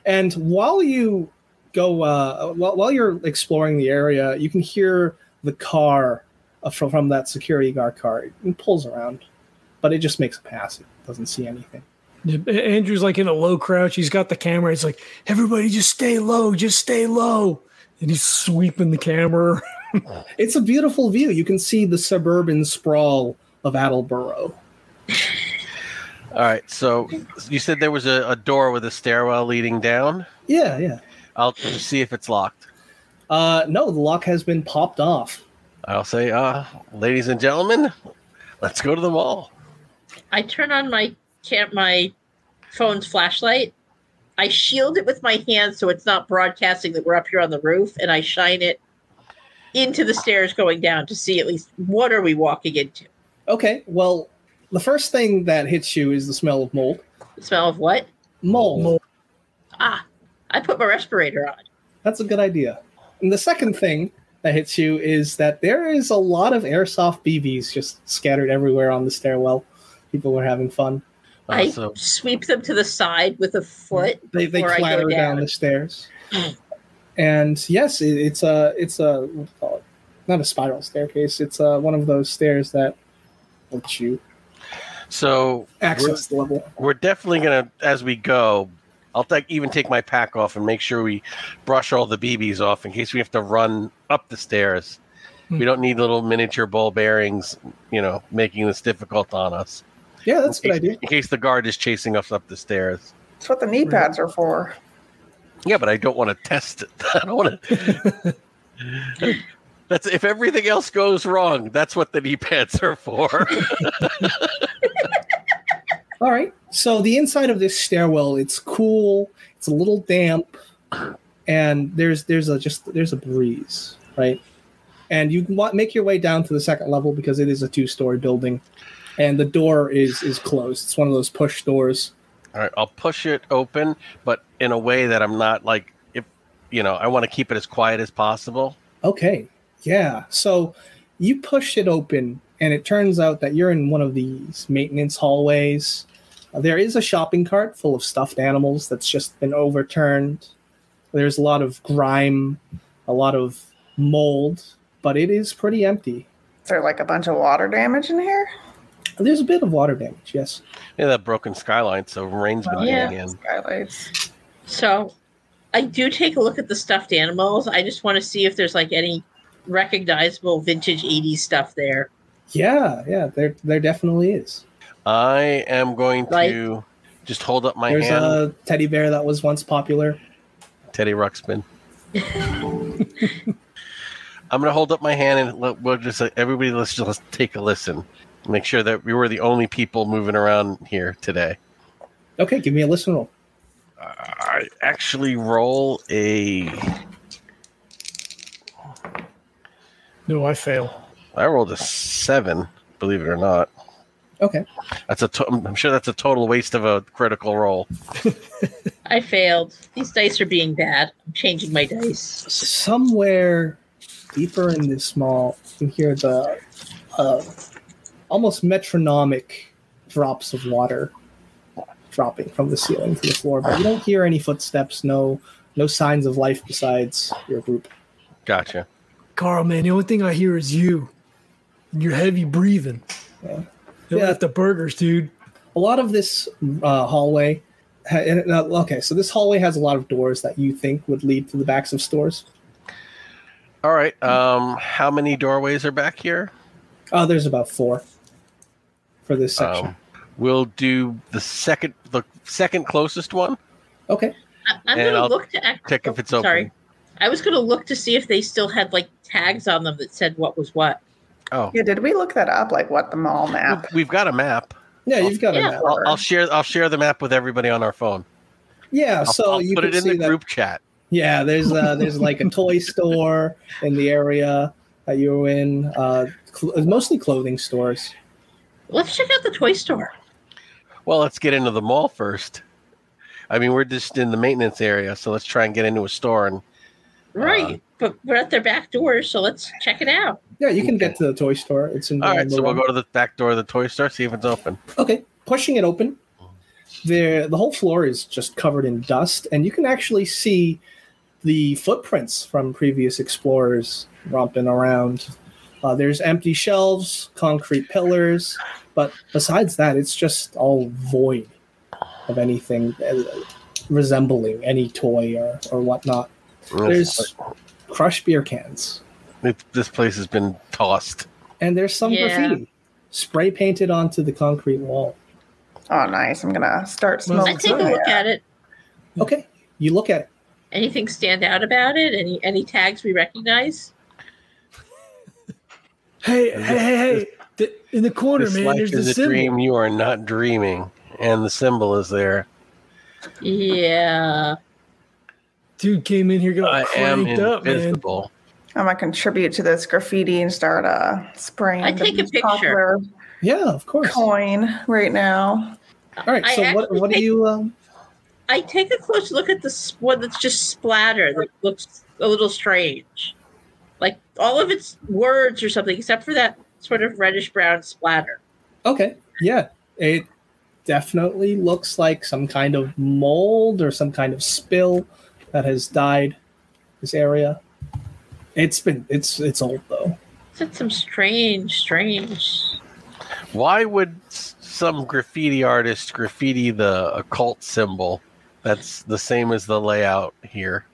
Speaker 2: and while you go uh, while, while you're exploring the area you can hear the car uh, from, from that security guard car it pulls around but it just makes a pass it doesn't see anything
Speaker 1: Yeah, A- Andrew's like in a low crouch. He's got the camera. He's like, everybody, just stay low. Just stay low. And he's sweeping the *laughs* camera.
Speaker 2: it's a beautiful view you can see the suburban sprawl of attleboro
Speaker 5: All right, so you said there was a, a door with a stairwell leading down.
Speaker 2: yeah yeah
Speaker 5: I'll just see if it's locked.
Speaker 2: uh, no the lock has been popped off
Speaker 5: I'll say, uh, ladies and gentlemen, let's go to the mall.
Speaker 4: I turn on my camp, my phone's flashlight. I shield it with my hand so it's not broadcasting that we're up here on the roof, and I shine it into the stairs going down to see at least what are we walking into.
Speaker 2: okay well the first thing that hits you is the smell of mold
Speaker 4: The smell of what?
Speaker 2: mold,
Speaker 1: Mold.
Speaker 4: Ah, I put my respirator on.
Speaker 2: that's a good idea and the second thing that hits you is that there is a lot of airsoft bb's just scattered everywhere on the stairwell people were having fun
Speaker 5: Uh,
Speaker 4: I
Speaker 5: so
Speaker 4: sweep them to the side with a foot.
Speaker 2: they, they
Speaker 4: before I go
Speaker 2: clatter down.
Speaker 4: down.
Speaker 2: the stairs and yes it, it's a it's a what do you call it? not a spiral staircase it's uh one of those stairs that lets you
Speaker 5: so we're,
Speaker 2: access the level
Speaker 5: we're definitely gonna as we go. I'll take, even take my pack off and make sure we brush all the BBs off in case we have to run up the stairs.
Speaker 2: Hmm.
Speaker 5: We don't need little miniature ball bearings, you know, making this difficult on us.
Speaker 2: yeah that's a
Speaker 5: in
Speaker 2: good
Speaker 5: case,
Speaker 2: idea
Speaker 5: In case the guard is chasing us up the stairs.
Speaker 3: That's what the knee pads are for.
Speaker 5: Yeah, but I don't want to test it. *laughs* I don't want to.
Speaker 2: *laughs*
Speaker 5: That's if everything else goes wrong. That's what the knee pads are for. *laughs*
Speaker 2: all right so the inside of this stairwell it's cool it's a little damp and there's there's a just there's a breeze right and you want make your way down to the second level because it is a two-story building and the door is is closed it's one of those push doors
Speaker 5: All right, I'll push it open, but in a way that I'm not like if you know. I want to keep it as quiet as possible.
Speaker 2: Okay. Yeah. So you push it open, and it turns out that you're in one of these maintenance hallways. Uh, There is a shopping cart full of stuffed animals that's just been overturned. There's a lot of grime, a lot of mold, but it is pretty empty.
Speaker 3: Is there like a bunch of water damage in here?
Speaker 2: There's a bit of water damage, yes.
Speaker 5: Yeah, that broken skyline. So rain's been
Speaker 4: Yeah.
Speaker 5: getting in.
Speaker 3: Skylights.
Speaker 4: So I do take a look at the stuffed animals. I just want to see if there's like any recognizable vintage 80s stuff there.
Speaker 2: Yeah, yeah, there there definitely is.
Speaker 5: I am going
Speaker 4: Right.
Speaker 5: to just hold up my
Speaker 2: There's
Speaker 5: hand,
Speaker 2: a teddy bear that was once popular.
Speaker 5: Teddy Ruxpin. I'm going to hold up my hand and let, we'll just let everybody let's just take a listen. Make sure that we were the only people moving around here today.
Speaker 2: Okay, give me a listen roll.
Speaker 5: I actually roll a.
Speaker 1: No, I fail.
Speaker 5: I rolled a seven, believe it or not.
Speaker 2: Okay.
Speaker 5: That's a. To- I'm sure that's a total waste of a critical roll.
Speaker 4: I failed. These dice are being bad. I'm changing my dice.
Speaker 2: somewhere deeper in this mall, you hear the uh, almost metronomic drops of water dropping from the ceiling to the floor, but you don't hear any footsteps, no no signs of life besides your group.
Speaker 5: Gotcha.
Speaker 1: Carl, man, the only thing I hear is you. And your heavy breathing.
Speaker 2: Yeah.
Speaker 1: You're
Speaker 2: Yeah.
Speaker 1: at the burgers, dude.
Speaker 2: a lot of this uh, hallway. ha- and, uh, Okay, so this hallway has a lot of doors that you think would lead to the backs of stores.
Speaker 5: All right. Um, how many doorways are back here?
Speaker 2: Uh, there's about four for this section.
Speaker 5: Um, we'll do the second, the second closest one.
Speaker 2: okay,
Speaker 4: I- I'm
Speaker 5: And
Speaker 4: gonna
Speaker 5: I'll
Speaker 4: look to act-
Speaker 5: check if it's open.
Speaker 4: Sorry, I was gonna look to see if they still had like tags on them that said what was what.
Speaker 5: Oh,
Speaker 3: Yeah, did we look that up? Like what the mall
Speaker 5: we-
Speaker 3: map?
Speaker 5: we've got a map.
Speaker 2: yeah, you've got
Speaker 4: Yeah.
Speaker 2: a map.
Speaker 5: I'll, I'll share. I'll share the map with everybody on our phone.
Speaker 2: Yeah,
Speaker 5: I'll,
Speaker 2: so
Speaker 5: I'll
Speaker 2: you
Speaker 5: put
Speaker 2: can
Speaker 5: it in
Speaker 2: see
Speaker 5: the
Speaker 2: that
Speaker 5: group chat.
Speaker 2: Yeah, there's
Speaker 5: *laughs*
Speaker 2: uh, there's like a toy store in the area that you were in. Uh, cl- mostly clothing stores.
Speaker 4: Let's check out the toy store.
Speaker 5: Well, let's get into the mall first. I mean, we're just in the maintenance area, so let's try and get into a store and Uh,
Speaker 4: Right, but we're at their back door, so let's check it out.
Speaker 2: Yeah, you can get to the toy store. It's in.
Speaker 5: All right, so we'll
Speaker 2: Lorraine.
Speaker 5: go to the back door of the toy store, see if it's open.
Speaker 2: Okay, pushing it open. There, the whole floor is just covered in dust, and you can actually see the footprints from previous explorers romping around. Uh, there's empty shelves, concrete pillars, but besides that, it's just all void of anything uh, resembling any toy or, or whatnot. There's crushed beer cans,
Speaker 5: It- this place has been tossed.
Speaker 2: and there's some
Speaker 4: Yeah.
Speaker 2: graffiti spray painted onto the concrete wall.
Speaker 3: Oh, nice. I'm gonna start
Speaker 5: Oh,
Speaker 1: Well,
Speaker 4: I
Speaker 3: smoking.
Speaker 1: Let's
Speaker 4: take a look at it.
Speaker 2: Okay, you look at it.
Speaker 4: Anything stand out about it? Any any tags we recognize?
Speaker 1: Hey, hey, hey, hey. The- in the corner,
Speaker 5: this
Speaker 1: man,
Speaker 5: life
Speaker 1: there's
Speaker 5: is
Speaker 1: the
Speaker 5: a
Speaker 1: symbol.
Speaker 5: dream. You are not dreaming, and the symbol is there.
Speaker 4: Yeah.
Speaker 1: Dude came in here
Speaker 5: I
Speaker 1: got
Speaker 5: am
Speaker 1: Oh, cranked up, man.
Speaker 5: invisible.
Speaker 3: I'm gonna contribute to this graffiti and start uh spraying.
Speaker 4: I
Speaker 3: the
Speaker 4: take a
Speaker 3: most
Speaker 4: picture.
Speaker 3: popular
Speaker 2: Yeah, of course.
Speaker 3: Coin right now.
Speaker 2: All right.
Speaker 4: I
Speaker 2: So what
Speaker 4: actually
Speaker 2: what do
Speaker 4: think-
Speaker 2: you um?
Speaker 4: I take a close look at this one that's just splatter that looks a little strange. Like all of its words or something, except for that sort of reddish brown splatter.
Speaker 2: Okay. Yeah. It definitely looks like some kind of mold or some kind of spill that has dyed this area. It's been it's it's old though.
Speaker 4: Said some strange, strange.
Speaker 5: Why would s- some graffiti artist graffiti the occult symbol? That's the same as the layout here.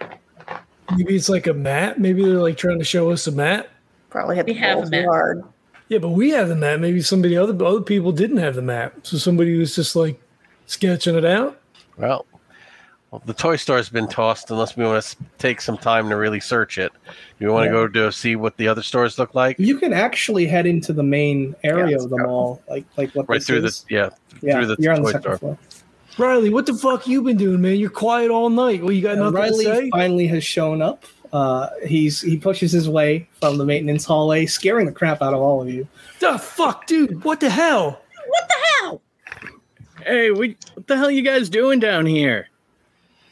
Speaker 1: Maybe it's like a mat. Maybe they're like trying to show us a mat.
Speaker 3: Probably hit
Speaker 4: We
Speaker 3: the
Speaker 4: have
Speaker 3: balls
Speaker 4: them.
Speaker 3: hard.
Speaker 1: Yeah, but we have the map. Maybe somebody other other people didn't have the map, so somebody was just like sketching it out.
Speaker 5: Well, well, the toy store has been tossed. Unless we want to take some time to really search it, do we want to
Speaker 2: Yeah.
Speaker 5: go to see what the other stores look like?
Speaker 2: You can actually head into the main area
Speaker 3: let's
Speaker 2: of the
Speaker 3: go.
Speaker 2: mall, like like what
Speaker 5: Right
Speaker 2: this
Speaker 5: through the
Speaker 2: is.
Speaker 5: yeah.
Speaker 2: yeah,
Speaker 5: through the
Speaker 2: you're on the
Speaker 5: toy
Speaker 2: second
Speaker 5: store.
Speaker 2: floor.
Speaker 1: Riley, what the fuck you been doing, man? You're quiet all night. Well, you got
Speaker 2: Uh,
Speaker 1: nothing to
Speaker 2: Riley
Speaker 1: say.
Speaker 2: finally has shown up. Uh, he's he pushes his way from the maintenance hallway, scaring the crap out of all of you.
Speaker 1: the fuck, dude? What the hell?
Speaker 4: What the hell?
Speaker 6: Hey, we, what the hell you guys doing down here?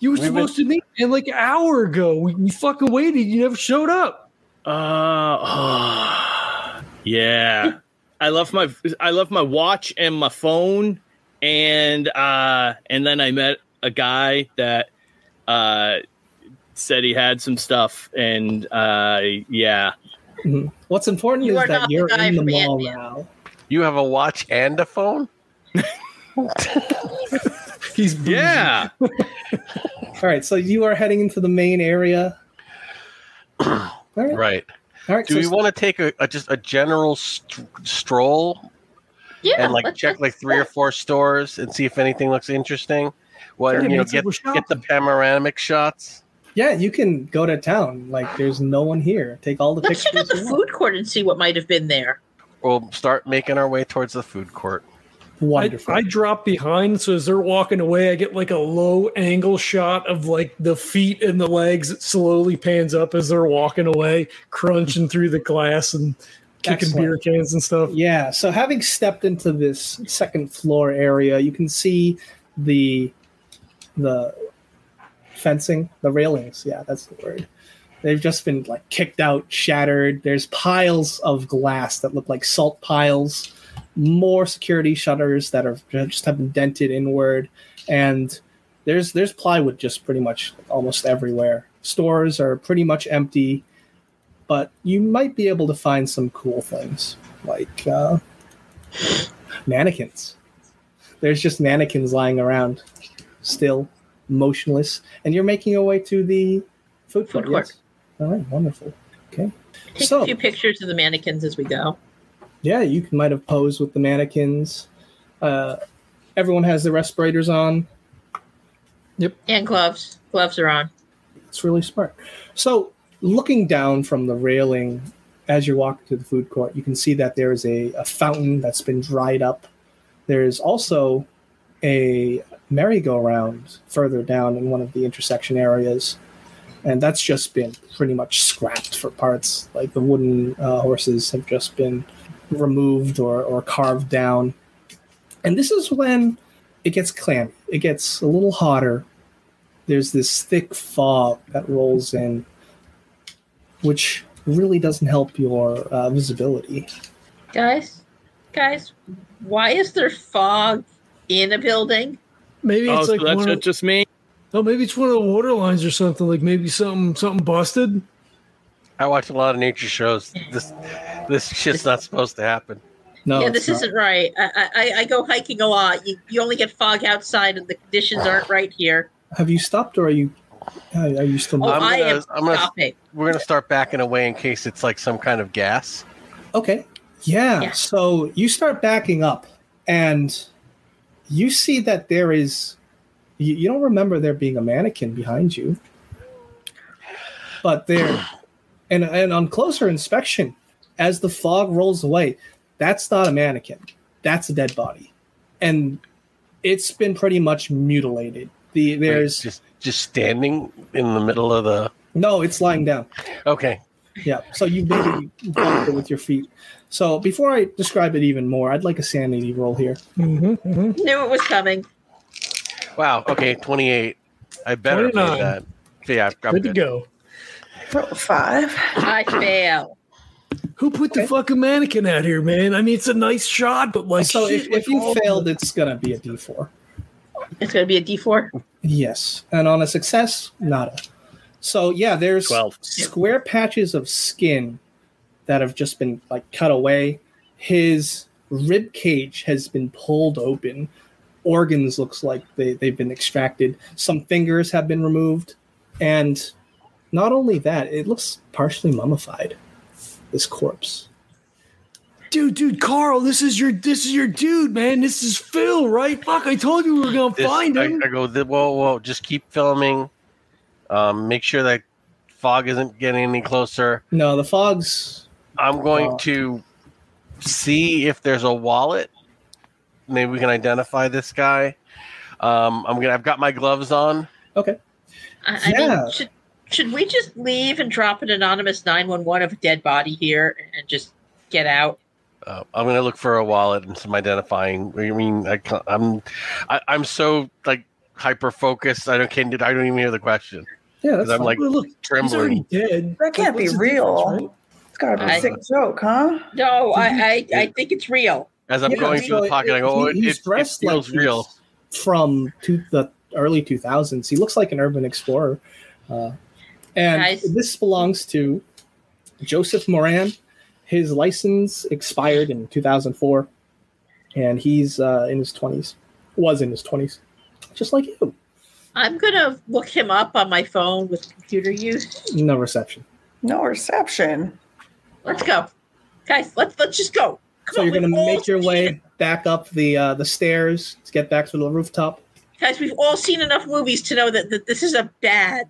Speaker 1: You were
Speaker 5: We've been-
Speaker 1: supposed to meet man, like an hour ago. We, we fucking waited. You never showed up.
Speaker 6: Uh, oh, *sighs* yeah. I left my I left my watch and my phone, and uh, and then I met a guy that uh, said he had some stuff, and uh, yeah,
Speaker 2: What's important
Speaker 4: You
Speaker 2: is
Speaker 4: are
Speaker 2: that
Speaker 4: not the
Speaker 2: you're
Speaker 4: guy
Speaker 2: in the
Speaker 4: from
Speaker 2: mall
Speaker 4: Ant-Man.
Speaker 2: now.
Speaker 5: You have a watch and a phone?
Speaker 1: He's bougie.
Speaker 6: yeah.
Speaker 2: All right, so you are heading into the main area. All right.
Speaker 5: Right.
Speaker 2: All right. so
Speaker 5: Do we want to take a, a just a general st- stroll
Speaker 4: Yeah,
Speaker 5: and like
Speaker 4: let's-
Speaker 5: check like three or four stores and see if anything looks interesting? What
Speaker 1: Yeah,
Speaker 5: you know,
Speaker 1: that's
Speaker 5: get
Speaker 1: what we're
Speaker 5: get the panoramic shots.
Speaker 2: yeah, you can go to town. Like, there's no one here. Take all the
Speaker 4: Let's
Speaker 2: pictures.
Speaker 4: check out the
Speaker 2: you want.
Speaker 4: food court and see what might have been there.
Speaker 5: We'll start making our way towards the food court.
Speaker 1: I,
Speaker 2: Wonderful.
Speaker 1: I drop behind, so as they're walking away, I get like a low angle shot of like the feet and the legs. It slowly pans up as they're walking away, crunching through the glass and kicking
Speaker 2: Excellent.
Speaker 1: beer cans and stuff.
Speaker 2: Yeah, so having stepped into this second floor area, you can see the the fencing, the railings. Yeah, that's the word. They've just been like kicked out, shattered. There's piles of glass that look like salt piles, more security shutters that are just have been dented inward, and there's there's plywood just pretty much almost everywhere. Stores are pretty much empty, but you might be able to find some cool things like uh, mannequins. There's just mannequins lying around, still motionless, and you're making your way to the food court.
Speaker 4: Food court.
Speaker 2: yes? All right, wonderful. Okay,
Speaker 4: Take
Speaker 2: So-
Speaker 4: a few pictures of the mannequins as we go.
Speaker 2: yeah, you can- might have posed with the mannequins. Uh, everyone has their respirators on.
Speaker 4: And gloves. Gloves are on.
Speaker 2: It's really smart. So, looking down from the railing as you're walking to the food court, you can see that there is a, a fountain that's been dried up. There is also a merry-go-round further down in one of the intersection areas, and that's just been pretty much scrapped for parts. Like the wooden uh, horses have just been removed or, or carved down. And this is when it gets clammy. It gets a little hotter there's this thick fog that rolls in, which really doesn't help your uh, visibility.
Speaker 4: Guys, guys, why is there fog in a building?
Speaker 1: Maybe
Speaker 6: Oh,
Speaker 1: it's
Speaker 6: so
Speaker 1: like
Speaker 6: that's
Speaker 1: one of,
Speaker 6: not just me.
Speaker 1: oh, maybe it's one of the water lines or something. Like maybe something something busted.
Speaker 5: I watch a lot of nature shows. This this shit's not supposed to happen.
Speaker 2: No,
Speaker 4: yeah,
Speaker 2: Oh, it's
Speaker 4: this
Speaker 2: not.
Speaker 4: isn't right. I, I, I go hiking a lot. You, you only get fog outside, and the conditions aren't right here.
Speaker 2: Have you stopped, or are you? uh, Are you still?
Speaker 4: Oh,
Speaker 5: I'm
Speaker 4: I
Speaker 5: gonna-
Speaker 4: am
Speaker 5: I'm gonna-
Speaker 4: stopping.
Speaker 5: We're gonna start backing away in case it's like some kind of gas.
Speaker 2: Okay. Yeah.
Speaker 4: Yeah.
Speaker 2: So you start backing up and you see that there is, you, you don't remember there being a mannequin behind you, but there, and, and on closer inspection, as the fog rolls away, that's not a mannequin. That's a dead body. And it's been pretty much mutilated. The there's
Speaker 5: just just standing in the middle of the.
Speaker 2: no, it's lying down.
Speaker 5: Okay,
Speaker 2: Yeah. So you maybe bumped it with your feet. So before I describe it even more, I'd like a sanity roll here.
Speaker 1: Mm-hmm,
Speaker 4: Knew it was coming.
Speaker 5: Wow. Okay, twenty-eight. I better play
Speaker 1: 29.
Speaker 5: that. Yeah, I'm
Speaker 1: Good
Speaker 5: good.
Speaker 1: to go.
Speaker 3: Roll a five.
Speaker 2: *coughs*
Speaker 4: I fail.
Speaker 1: Who put
Speaker 2: Okay.
Speaker 1: the fucking mannequin out here, man? I mean, it's a nice shot, but like,
Speaker 2: so
Speaker 1: shit,
Speaker 2: if,
Speaker 1: like,
Speaker 2: if you
Speaker 1: all the-
Speaker 2: failed, it's gonna be a D four.
Speaker 4: It's going to be a D4.
Speaker 2: Yes. And on a success, nada. So yeah, there's
Speaker 6: 12.
Speaker 2: square patches of skin that have just been like cut away. His rib cage has been pulled open. Organs looks like they, they've been extracted. Some fingers have been removed. And not only that, it looks partially mummified, this corpse.
Speaker 1: dude, dude, Carl, this is your this is your dude, man. This is Phil, right? Fuck, I told you we were gonna
Speaker 5: This-
Speaker 1: find
Speaker 5: I,
Speaker 1: him.
Speaker 5: I go. th- Whoa, whoa. Just keep filming. Um, make sure that fog isn't getting any closer.
Speaker 2: No, the fog's
Speaker 5: I'm going
Speaker 2: Wow.
Speaker 5: to see if there's a wallet. Maybe we can identify this guy. Um, I'm gonna. I've got my gloves on.
Speaker 2: okay.
Speaker 4: I, I
Speaker 2: Yeah.
Speaker 4: mean, should, should we just leave and drop an anonymous 911 of a dead body here and just get out?
Speaker 5: Uh, I'm gonna look for a wallet and some identifying. I mean, I can't, I'm, I, I'm so like hyper focused. I don't can't. I don't even hear the question.
Speaker 2: Yeah, that's
Speaker 5: because I'm
Speaker 2: fine.
Speaker 5: like
Speaker 1: Well, look, he's already
Speaker 5: trembling.
Speaker 1: dead.
Speaker 3: That can't be
Speaker 1: what's the
Speaker 3: real.
Speaker 1: difference, right?
Speaker 3: It's got to be
Speaker 4: I-
Speaker 3: a sick joke, huh?
Speaker 4: No,
Speaker 2: Mm-hmm.
Speaker 4: I, I, I think it's real.
Speaker 5: As I'm
Speaker 2: Yeah,
Speaker 5: going
Speaker 2: so
Speaker 5: through the
Speaker 2: it-
Speaker 5: pocket, I go, oh, it,
Speaker 2: he- he's
Speaker 5: it, it
Speaker 2: dressed like
Speaker 5: feels
Speaker 2: he's
Speaker 5: real.
Speaker 2: From to the early 2000s. He looks like an urban explorer. Uh, and
Speaker 4: Nice.
Speaker 2: this belongs to Joseph Moran. His license expired in 2004, and he's uh, in his 20s. Was in his 20s, just like you.
Speaker 4: I'm gonna look him up on my phone with computer use.
Speaker 2: No reception.
Speaker 3: No reception.
Speaker 4: Let's go, guys. Let's let's just go. Come
Speaker 2: So
Speaker 4: on,
Speaker 2: you're going
Speaker 4: we've
Speaker 2: to
Speaker 4: all
Speaker 2: make your
Speaker 4: seen
Speaker 2: way
Speaker 4: it.
Speaker 2: back up the uh, the stairs to get back to the rooftop.
Speaker 4: guys. We've all seen enough movies to know that, that this is a bad,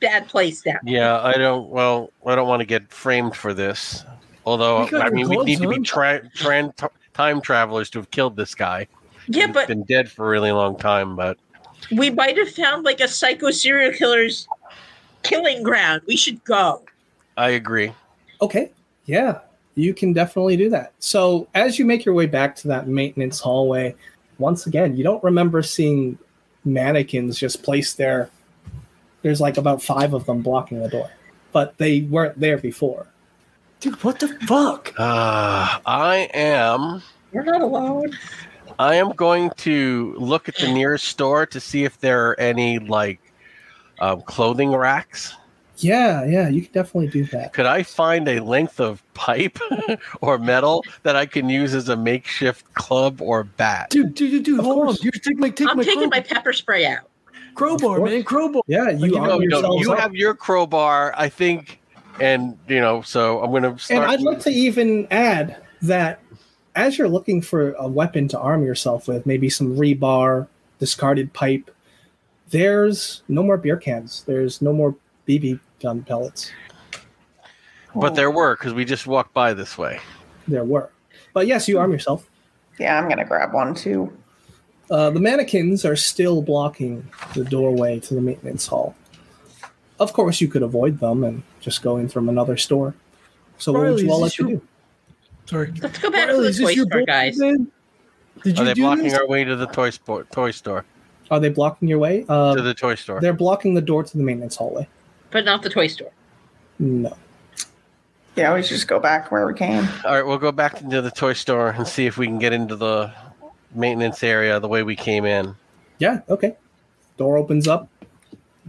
Speaker 4: bad place now.
Speaker 5: Yeah, I don't. Well, I don't want to get framed for this. Although,
Speaker 1: We got
Speaker 5: I mean, we
Speaker 1: gloves
Speaker 5: need to be
Speaker 1: on.
Speaker 5: tra- tran- t- time travelers to have killed this guy.
Speaker 4: Yeah,
Speaker 5: He's
Speaker 4: but
Speaker 5: been dead for a really long time. But
Speaker 4: we might have found like a psycho serial killer's killing ground. We should go.
Speaker 5: I agree.
Speaker 2: Okay. Yeah, you can definitely do that. So as you make your way back to that maintenance hallway, once again, you don't remember seeing mannequins just placed there. There's like about five of them blocking the door, but they weren't there before.
Speaker 1: Dude, what the fuck?
Speaker 5: Uh, I am.
Speaker 4: We're not alone.
Speaker 5: I am going to look at the nearest store to see if there are any like um, clothing racks.
Speaker 2: Yeah, yeah, you can definitely do that.
Speaker 5: Could I find a length of pipe *laughs* or metal that I can use as a makeshift club or bat?
Speaker 1: Dude, dude, dude, dude
Speaker 2: Of
Speaker 1: hold
Speaker 2: course.
Speaker 1: on. Dude, take my take
Speaker 4: I'm
Speaker 1: my,
Speaker 4: taking
Speaker 1: crow-
Speaker 4: my pepper spray out.
Speaker 1: crowbar,
Speaker 2: Of course.
Speaker 1: man, crowbar.
Speaker 2: Yeah, you,
Speaker 1: You
Speaker 2: arm
Speaker 5: No, no,
Speaker 2: yourselves
Speaker 5: you
Speaker 2: up.
Speaker 5: have your crowbar, I think, and you know. So I'm gonna
Speaker 2: And
Speaker 5: start.
Speaker 2: I'd like to even add that as you're looking for a weapon to arm yourself with, maybe some rebar, discarded pipe, there's no more beer cans. There's no more BB gun pellets.
Speaker 5: but there were because we just walked by this way.
Speaker 2: There were. But yes, you arm yourself.
Speaker 3: Yeah, I'm gonna grab one too.
Speaker 2: Uh, the mannequins are still blocking the doorway to the maintenance hall. Of course, you could avoid them and just go in from another store. So, what would
Speaker 1: Riley,
Speaker 2: you
Speaker 1: is
Speaker 2: all like
Speaker 1: this
Speaker 2: to
Speaker 1: your-
Speaker 2: do?
Speaker 1: Sorry.
Speaker 4: Let's go back
Speaker 1: Riley,
Speaker 4: to
Speaker 1: is
Speaker 4: the
Speaker 1: this
Speaker 4: toy
Speaker 1: your
Speaker 4: store,
Speaker 1: bullpen,
Speaker 4: guys.
Speaker 1: man? Did you
Speaker 5: Are they
Speaker 1: do
Speaker 5: blocking
Speaker 1: this?
Speaker 5: our way to the toy store? Toy store
Speaker 2: Are they blocking your way? Uh,
Speaker 5: to the toy store.
Speaker 2: they're blocking the door to the maintenance hallway.
Speaker 4: but not the toy store.
Speaker 2: No.
Speaker 3: Yeah, we should just go back where we came.
Speaker 5: All right, we'll go back into the toy store and see if we can get into the maintenance area the way we came in.
Speaker 2: Yeah, okay. Door opens up.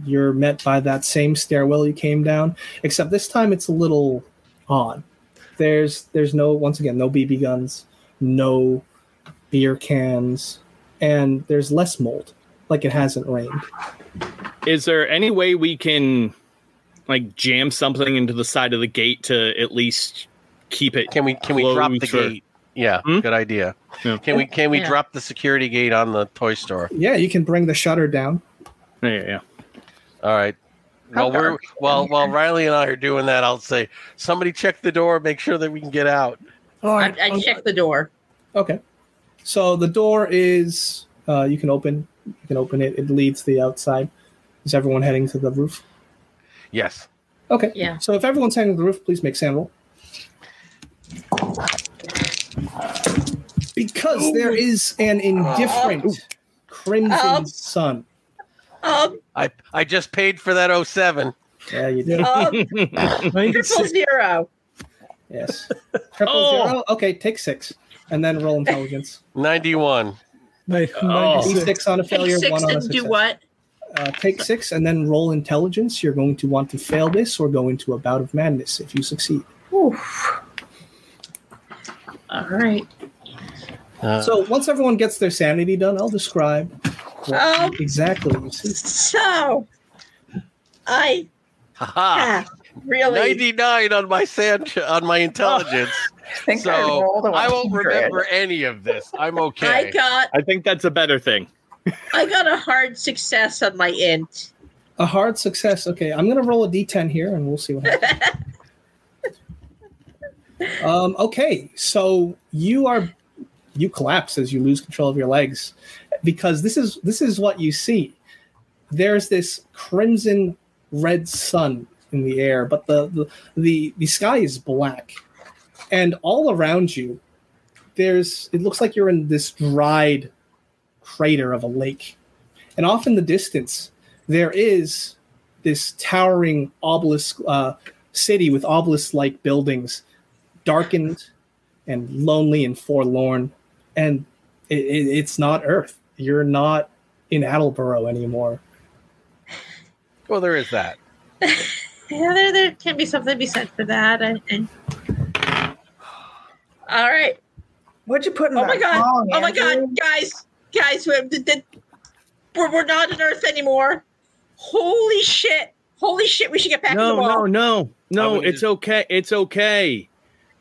Speaker 2: You're met by that same stairwell you came down, except this time it's a little odd. There's there's no once again no BB guns, no beer cans, and there's less mold. Like it hasn't rained.
Speaker 6: Is there any way we can like jam something into the side of the gate to at least keep it?
Speaker 5: Can we? Can we drop the
Speaker 6: Closer.
Speaker 5: gate? Yeah,
Speaker 6: Hmm?
Speaker 5: good idea.
Speaker 6: Yeah.
Speaker 5: Can we? Can we
Speaker 4: Yeah.
Speaker 5: drop the security gate on the toy store?
Speaker 2: Yeah, you can bring the shutter down.
Speaker 6: Yeah, yeah, yeah.
Speaker 5: All right.
Speaker 4: How
Speaker 5: While we're
Speaker 4: dark
Speaker 5: while while Riley and I are doing that, I'll say somebody check the door, make sure that we can get out.
Speaker 1: All
Speaker 4: I,
Speaker 1: right.
Speaker 4: I
Speaker 1: I'll-
Speaker 4: checked the door.
Speaker 2: Okay. So the door is uh, you can open you can open it. It leads to the outside. Is everyone heading to the roof?
Speaker 5: Yes.
Speaker 2: Okay.
Speaker 4: Yeah.
Speaker 2: So if everyone's heading to the roof, please make sand roll. Because there is an indifferent crimson
Speaker 4: Um.
Speaker 2: sun.
Speaker 4: Um,
Speaker 5: I I just paid for that 07.
Speaker 2: Yeah, you did.
Speaker 4: um
Speaker 1: Mine is
Speaker 4: triple zero.
Speaker 2: Yes. Triple
Speaker 6: Oh.
Speaker 2: zero. Okay, take six. And then roll intelligence.
Speaker 5: 91.
Speaker 1: nine-
Speaker 6: Oh.
Speaker 1: nine-
Speaker 2: D6 on a
Speaker 4: Take
Speaker 2: failure,
Speaker 4: six
Speaker 2: one on a
Speaker 4: and
Speaker 2: success.
Speaker 4: do what?
Speaker 2: Uh, take six and then roll intelligence. You're going to want to fail this or go into a bout of madness if you succeed.
Speaker 3: Oof.
Speaker 4: All right.
Speaker 5: Uh,
Speaker 2: So once everyone gets their sanity done, I'll describe what
Speaker 4: Um,
Speaker 2: exactly you see.
Speaker 4: So I
Speaker 5: haha,
Speaker 4: have really
Speaker 5: 99 on my sand on my
Speaker 4: *laughs*
Speaker 5: intelligence.
Speaker 3: I think I rolled
Speaker 5: so
Speaker 3: a
Speaker 5: I won't
Speaker 3: 100.
Speaker 5: remember any of this. I'm
Speaker 4: I
Speaker 5: okay.
Speaker 4: got
Speaker 6: I think that's a better thing.
Speaker 4: I got a hard success on my int.
Speaker 2: A hard success. Okay, I'm gonna roll a d10 here, and we'll see what happens. um, okay, so you are you collapse as you lose control of your legs because this is this is what you see. There's this crimson red sun in the air, but the the the, the sky is black, and all around you, there's it looks like you're in this dried crater of a lake, and off in the distance there is this towering obelisk uh, city with obelisk-like buildings, darkened and lonely and forlorn, and it, it, it's not Earth. You're not in Attleboro anymore.
Speaker 5: Well, there is that.
Speaker 4: Yeah, there, there can be something to be said for that. And, and... all right.
Speaker 3: What'd you put in
Speaker 4: Oh
Speaker 3: that
Speaker 4: my god.
Speaker 3: Bong,
Speaker 4: oh my
Speaker 3: Andrew?
Speaker 4: god, guys, guys, we're, th- th- we're, we're not on Earth anymore. Holy shit! Holy shit! We should *laughs* get back to the
Speaker 6: No,
Speaker 4: wall.
Speaker 6: no, no,
Speaker 5: I
Speaker 6: no.
Speaker 5: would
Speaker 6: It's
Speaker 5: just-
Speaker 6: okay. It's okay.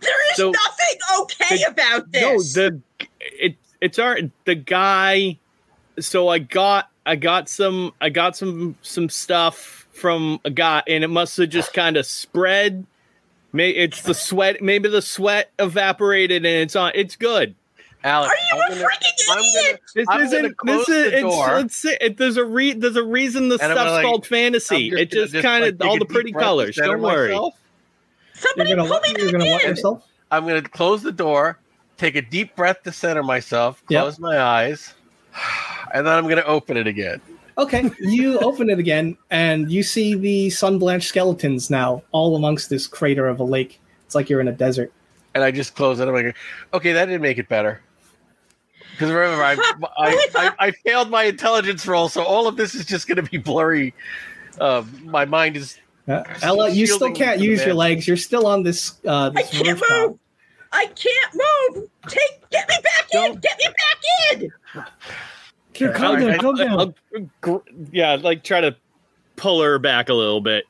Speaker 4: There is
Speaker 6: So-
Speaker 4: nothing okay
Speaker 6: The-
Speaker 4: about this.
Speaker 6: No, the it it's our the guy. So I got I got some I got some some stuff from a guy, and it must have just kind of spread. May it's the sweat. Maybe the sweat evaporated, and it's on. It's good.
Speaker 5: Alex,
Speaker 4: Are you
Speaker 5: I'm
Speaker 4: a
Speaker 5: gonna-
Speaker 4: freaking
Speaker 5: I'm gonna-
Speaker 4: idiot?
Speaker 6: This
Speaker 5: I'm gonna
Speaker 6: isn't.
Speaker 5: close
Speaker 6: This is.
Speaker 5: the
Speaker 6: It's,
Speaker 5: door.
Speaker 6: let's say it, there's a re. There's a reason the
Speaker 5: And I'm
Speaker 6: stuff's
Speaker 5: gonna, like,
Speaker 6: called fantasy.
Speaker 5: I'm just
Speaker 6: it
Speaker 5: gonna
Speaker 6: just kind
Speaker 5: like,
Speaker 6: of
Speaker 5: take
Speaker 6: all
Speaker 5: a
Speaker 6: the
Speaker 5: deep
Speaker 6: pretty
Speaker 5: breath to
Speaker 6: colors.
Speaker 5: center
Speaker 6: Don't worry.
Speaker 5: myself.
Speaker 4: Somebody
Speaker 2: you're gonna,
Speaker 4: pull
Speaker 2: what-
Speaker 4: me
Speaker 2: you're gonna
Speaker 4: back
Speaker 2: what
Speaker 4: in.
Speaker 2: yourself?
Speaker 5: I'm going to close the door, take a deep breath to center myself,
Speaker 2: Yep.
Speaker 5: close my eyes, *sighs* and then I'm going to open it again.
Speaker 2: Okay, you open it again, and you see the sun-blanched skeletons now, all amongst this crater of a lake. It's like you're in a desert.
Speaker 5: And I just close it. I'm like, okay, that didn't make it better. Because remember, I, I, I, I failed my intelligence roll, so all of this is just going to be blurry. Uh, my mind is
Speaker 2: Uh, Ella, you still
Speaker 5: Shielding
Speaker 2: can't
Speaker 5: for the
Speaker 2: use your
Speaker 5: man.
Speaker 2: legs. You're still on this. Uh,
Speaker 4: I
Speaker 2: this
Speaker 4: can't
Speaker 2: rooftop.
Speaker 4: move. I can't move. Take, get me back in.
Speaker 6: Don't-
Speaker 4: Get me back in.
Speaker 1: Here,
Speaker 5: Okay,
Speaker 1: calm
Speaker 5: all
Speaker 1: down,
Speaker 5: right,
Speaker 1: calm down.
Speaker 6: I'll gr- yeah, like try to pull her back a little bit.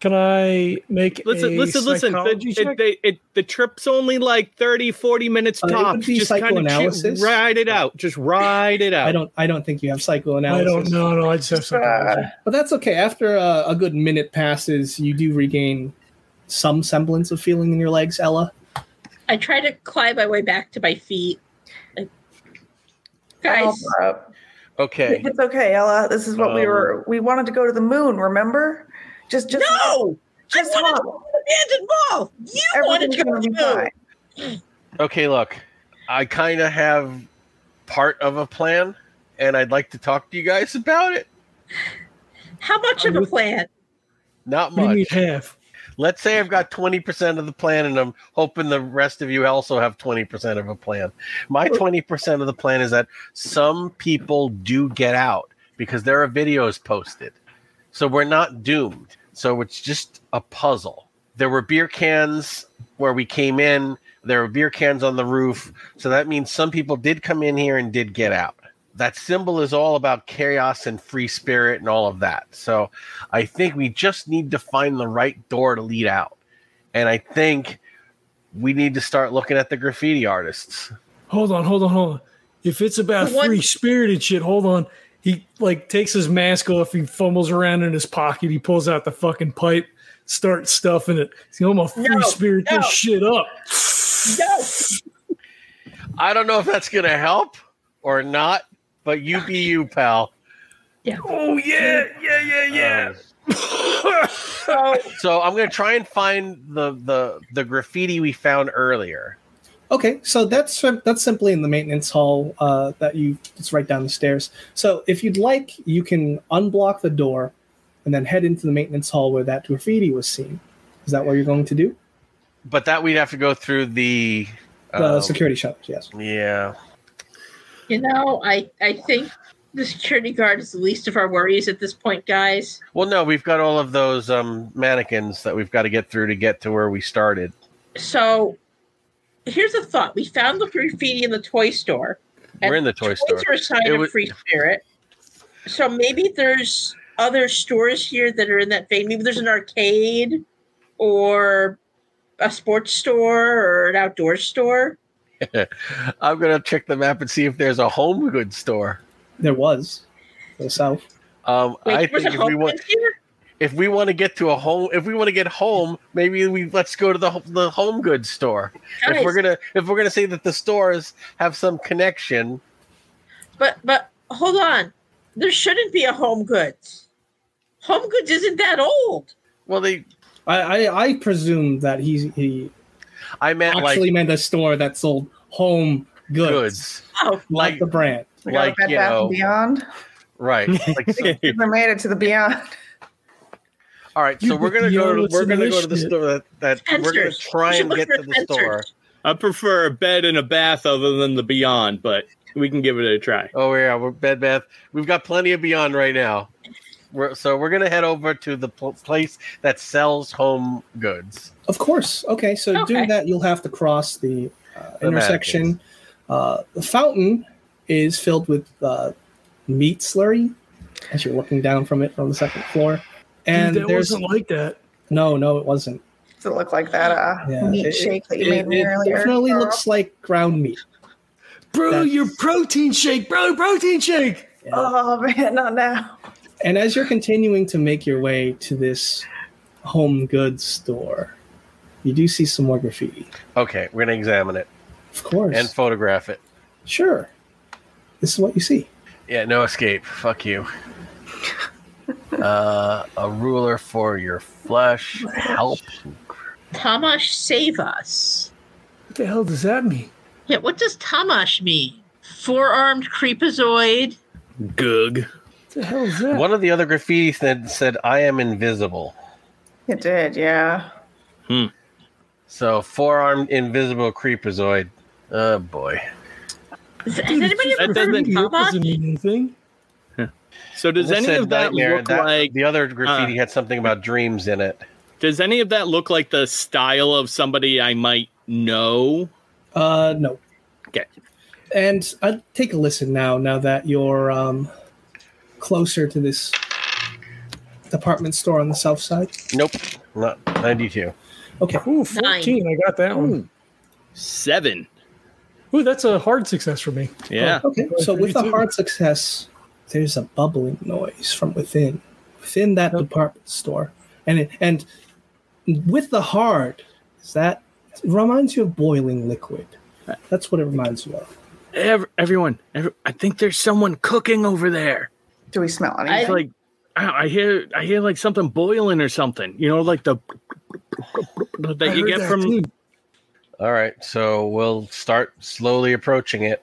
Speaker 1: Can I make
Speaker 6: Listen,
Speaker 1: a
Speaker 6: listen, listen.
Speaker 1: psychology
Speaker 6: The,
Speaker 1: check?
Speaker 6: it, they, it, the trip's only like 30, 40 minutes
Speaker 2: Uh, it would
Speaker 6: tops.
Speaker 2: be
Speaker 6: Just kind of
Speaker 2: psychoanalysis.
Speaker 6: ride it out. Just ride it out. *laughs*
Speaker 2: I don't. I don't think you
Speaker 1: I
Speaker 2: have psychoanalysis.
Speaker 1: don't know. No, I just have
Speaker 4: Uh,
Speaker 1: psychology.
Speaker 2: But that's okay. After a, a good minute passes, you do regain some semblance of feeling in your legs, Ella.
Speaker 4: I try to climb my way back to my feet. I-
Speaker 3: I'll
Speaker 4: Guys,
Speaker 3: offer up. *laughs*
Speaker 5: okay.
Speaker 3: It's okay, Ella. This is what we
Speaker 5: Um,
Speaker 3: were. We wanted to go to the moon. Remember? Just, just
Speaker 4: no! I
Speaker 3: just
Speaker 4: wanted to
Speaker 3: hop.
Speaker 4: abandoned mall. You wanted
Speaker 3: Everything's
Speaker 4: to go
Speaker 3: gonna be fine.
Speaker 4: to
Speaker 5: Okay, look, I kind of have part of a plan, and I'd like to talk to you guys about it.
Speaker 4: How much of a plan?
Speaker 5: Not
Speaker 1: What do you mean
Speaker 5: much.
Speaker 1: half?
Speaker 5: Let's say I've got 20% of the plan, and I'm hoping the rest of you also have 20% of a plan. My 20% of the plan is that some people do get out because there are videos posted. So we're not doomed. So it's just a puzzle. There were beer cans where we came in, there were beer cans on the roof. So that means some people did come in here and did get out. That symbol is all about chaos and free spirit and all of that. So I think we just need to find the right door to lead out. And I think we need to start looking at the graffiti artists.
Speaker 1: Hold on, hold on, hold on. If it's about
Speaker 4: The one-
Speaker 1: free spirit and shit, hold on. He like takes his mask off. He fumbles around in his pocket. He pulls out the fucking pipe, starts stuffing it. See, I'm gonna free
Speaker 4: No,
Speaker 1: spirit
Speaker 4: no.
Speaker 1: this shit up.
Speaker 4: No,
Speaker 5: I don't know if that's going to help or not, but you be you, pal.
Speaker 1: Oh yeah, yeah, yeah, yeah.
Speaker 5: Um,
Speaker 1: *laughs*
Speaker 4: so
Speaker 5: so I'm going to try and find the, the the graffiti we found earlier.
Speaker 2: Okay, so that's that's simply in the maintenance hall uh, that you it's right down the stairs. So if you'd like, you can unblock the door, and then head into the maintenance hall where that graffiti was seen. Is that what you're going to do?
Speaker 5: But that we'd have to go through the
Speaker 2: The
Speaker 1: Oh.
Speaker 5: um,
Speaker 2: security shutters, yes.
Speaker 5: Yeah.
Speaker 4: you know, I I think the security guard is the least of our worries at this point, guys.
Speaker 5: Well, no, we've got all of those um, mannequins that we've got to get through to get to where we started.
Speaker 4: So here's a thought: we found the graffiti in the toy store.
Speaker 5: We're in the toy
Speaker 4: Toys
Speaker 5: store.
Speaker 4: are a sign
Speaker 5: It
Speaker 4: of
Speaker 5: was-
Speaker 4: free spirit. So maybe there's other stores here that are in that vein. Maybe there's an arcade or a sports store or an outdoor store.
Speaker 5: I'm gonna check the map and see if there's a home goods store.
Speaker 2: There was to the south.
Speaker 5: Um,
Speaker 4: Wait,
Speaker 5: I
Speaker 4: there was
Speaker 5: think
Speaker 4: a
Speaker 5: if we
Speaker 4: home
Speaker 5: want
Speaker 4: in here?
Speaker 5: if we want to get to a home, if we want to get home, maybe we let's go to the ho- the home goods store. If
Speaker 4: Guys,
Speaker 5: we're gonna if we're gonna say that the stores have some connection,
Speaker 4: but but hold on. There shouldn't be a home goods. Home goods isn't that old.
Speaker 5: well, they
Speaker 2: I, I, I presume that he he
Speaker 5: I meant
Speaker 2: actually
Speaker 5: like
Speaker 2: meant a store that sold home goods,
Speaker 5: goods,
Speaker 4: Oh,
Speaker 2: not
Speaker 5: like
Speaker 2: the brand.
Speaker 3: We
Speaker 5: like
Speaker 3: got Bed
Speaker 5: you
Speaker 3: Bath and
Speaker 5: know
Speaker 3: Beyond.
Speaker 5: right. Like, so-
Speaker 3: We made it to the Beyond.
Speaker 5: All right, so
Speaker 1: You-
Speaker 5: we're gonna
Speaker 1: you
Speaker 5: go.
Speaker 1: know
Speaker 5: To,
Speaker 1: what's
Speaker 5: we're
Speaker 1: in
Speaker 5: gonna
Speaker 1: this
Speaker 5: go to the
Speaker 1: shit?
Speaker 5: store. That, that we're gonna
Speaker 4: Spencer's.
Speaker 5: try
Speaker 4: You should
Speaker 5: and
Speaker 4: look
Speaker 5: get
Speaker 4: for
Speaker 5: to the
Speaker 4: Spencer's.
Speaker 5: store.
Speaker 6: I prefer a bed and a bath other than the Beyond, but we can give it a try.
Speaker 5: Oh yeah, we're Bed Bath. We've got plenty of Beyond right now. We're, so we're gonna head over to the pl- place that sells home goods.
Speaker 2: Of course. Okay, so to
Speaker 4: Okay.
Speaker 2: do that, you'll have to cross the uh,
Speaker 5: The
Speaker 2: intersection. Uh, the fountain is filled with uh, meat slurry as you're looking down from it from the second floor. And
Speaker 1: Dude, that
Speaker 2: there's
Speaker 1: wasn't like that.
Speaker 2: no, no, it wasn't.
Speaker 3: Does it look like that uh,
Speaker 2: Yeah,
Speaker 3: meat
Speaker 2: it-
Speaker 3: shake that you
Speaker 2: it,
Speaker 3: made me
Speaker 2: it
Speaker 3: earlier?
Speaker 2: definitely
Speaker 3: Carl?
Speaker 2: looks like ground meat.
Speaker 1: Bro,
Speaker 2: That's-
Speaker 1: your protein shake, bro, protein shake.
Speaker 2: Yeah.
Speaker 3: Oh man, not now.
Speaker 2: And as you're continuing to make your way to this home goods store, you do see some more graffiti.
Speaker 5: Okay, we're gonna examine it
Speaker 2: Of course.
Speaker 5: and photograph it.
Speaker 2: sure. This is what you see.
Speaker 5: Yeah, no escape. Fuck you. Uh, a ruler for your flesh. Help.
Speaker 4: Tamash save us.
Speaker 1: What the hell does that mean?
Speaker 4: Yeah, what does Tamash mean? Four armed creepazoid.
Speaker 6: Gug.
Speaker 1: What the hell is that?
Speaker 5: One of the other graffiti said, said "I am invisible."
Speaker 3: It did, yeah.
Speaker 5: So four-armed invisible creepazoid. Oh boy.
Speaker 4: Has
Speaker 1: Dude,
Speaker 4: anybody
Speaker 1: it's
Speaker 4: ever
Speaker 1: just
Speaker 4: heard of
Speaker 1: graffiti. It doesn't
Speaker 4: Tamash?
Speaker 1: mean anything.
Speaker 6: So does
Speaker 5: This
Speaker 6: any
Speaker 5: said
Speaker 6: of that
Speaker 5: nightmare.
Speaker 6: look
Speaker 5: That-
Speaker 6: like uh,
Speaker 5: the other graffiti had something about dreams in it?
Speaker 6: does any of that look like the style of somebody I might know?
Speaker 2: Uh, no.
Speaker 6: Okay.
Speaker 2: And uh, take a listen now, now that you're um, closer to this department store on the south side.
Speaker 5: Nope. Not ninety-two.
Speaker 2: Okay.
Speaker 1: Ooh, 14. I got that one.
Speaker 6: Seven.
Speaker 1: Ooh, that's a hard success for me.
Speaker 6: Yeah.
Speaker 2: Okay. So with the
Speaker 1: 32.
Speaker 2: hard success, there's a bubbling noise from within, within that department store, and it, and with the hard, is that it reminds you of boiling liquid. That's what it reminds you of.
Speaker 6: Ev- everyone, ev- I think there's someone cooking over there.
Speaker 3: Do we smell
Speaker 4: I-
Speaker 6: It's
Speaker 3: anything?
Speaker 6: like I, I hear I hear like something boiling or something. You know, like the
Speaker 1: I
Speaker 6: that you
Speaker 1: heard
Speaker 6: get
Speaker 1: that
Speaker 6: from
Speaker 1: too.
Speaker 5: All right. So we'll start slowly approaching it.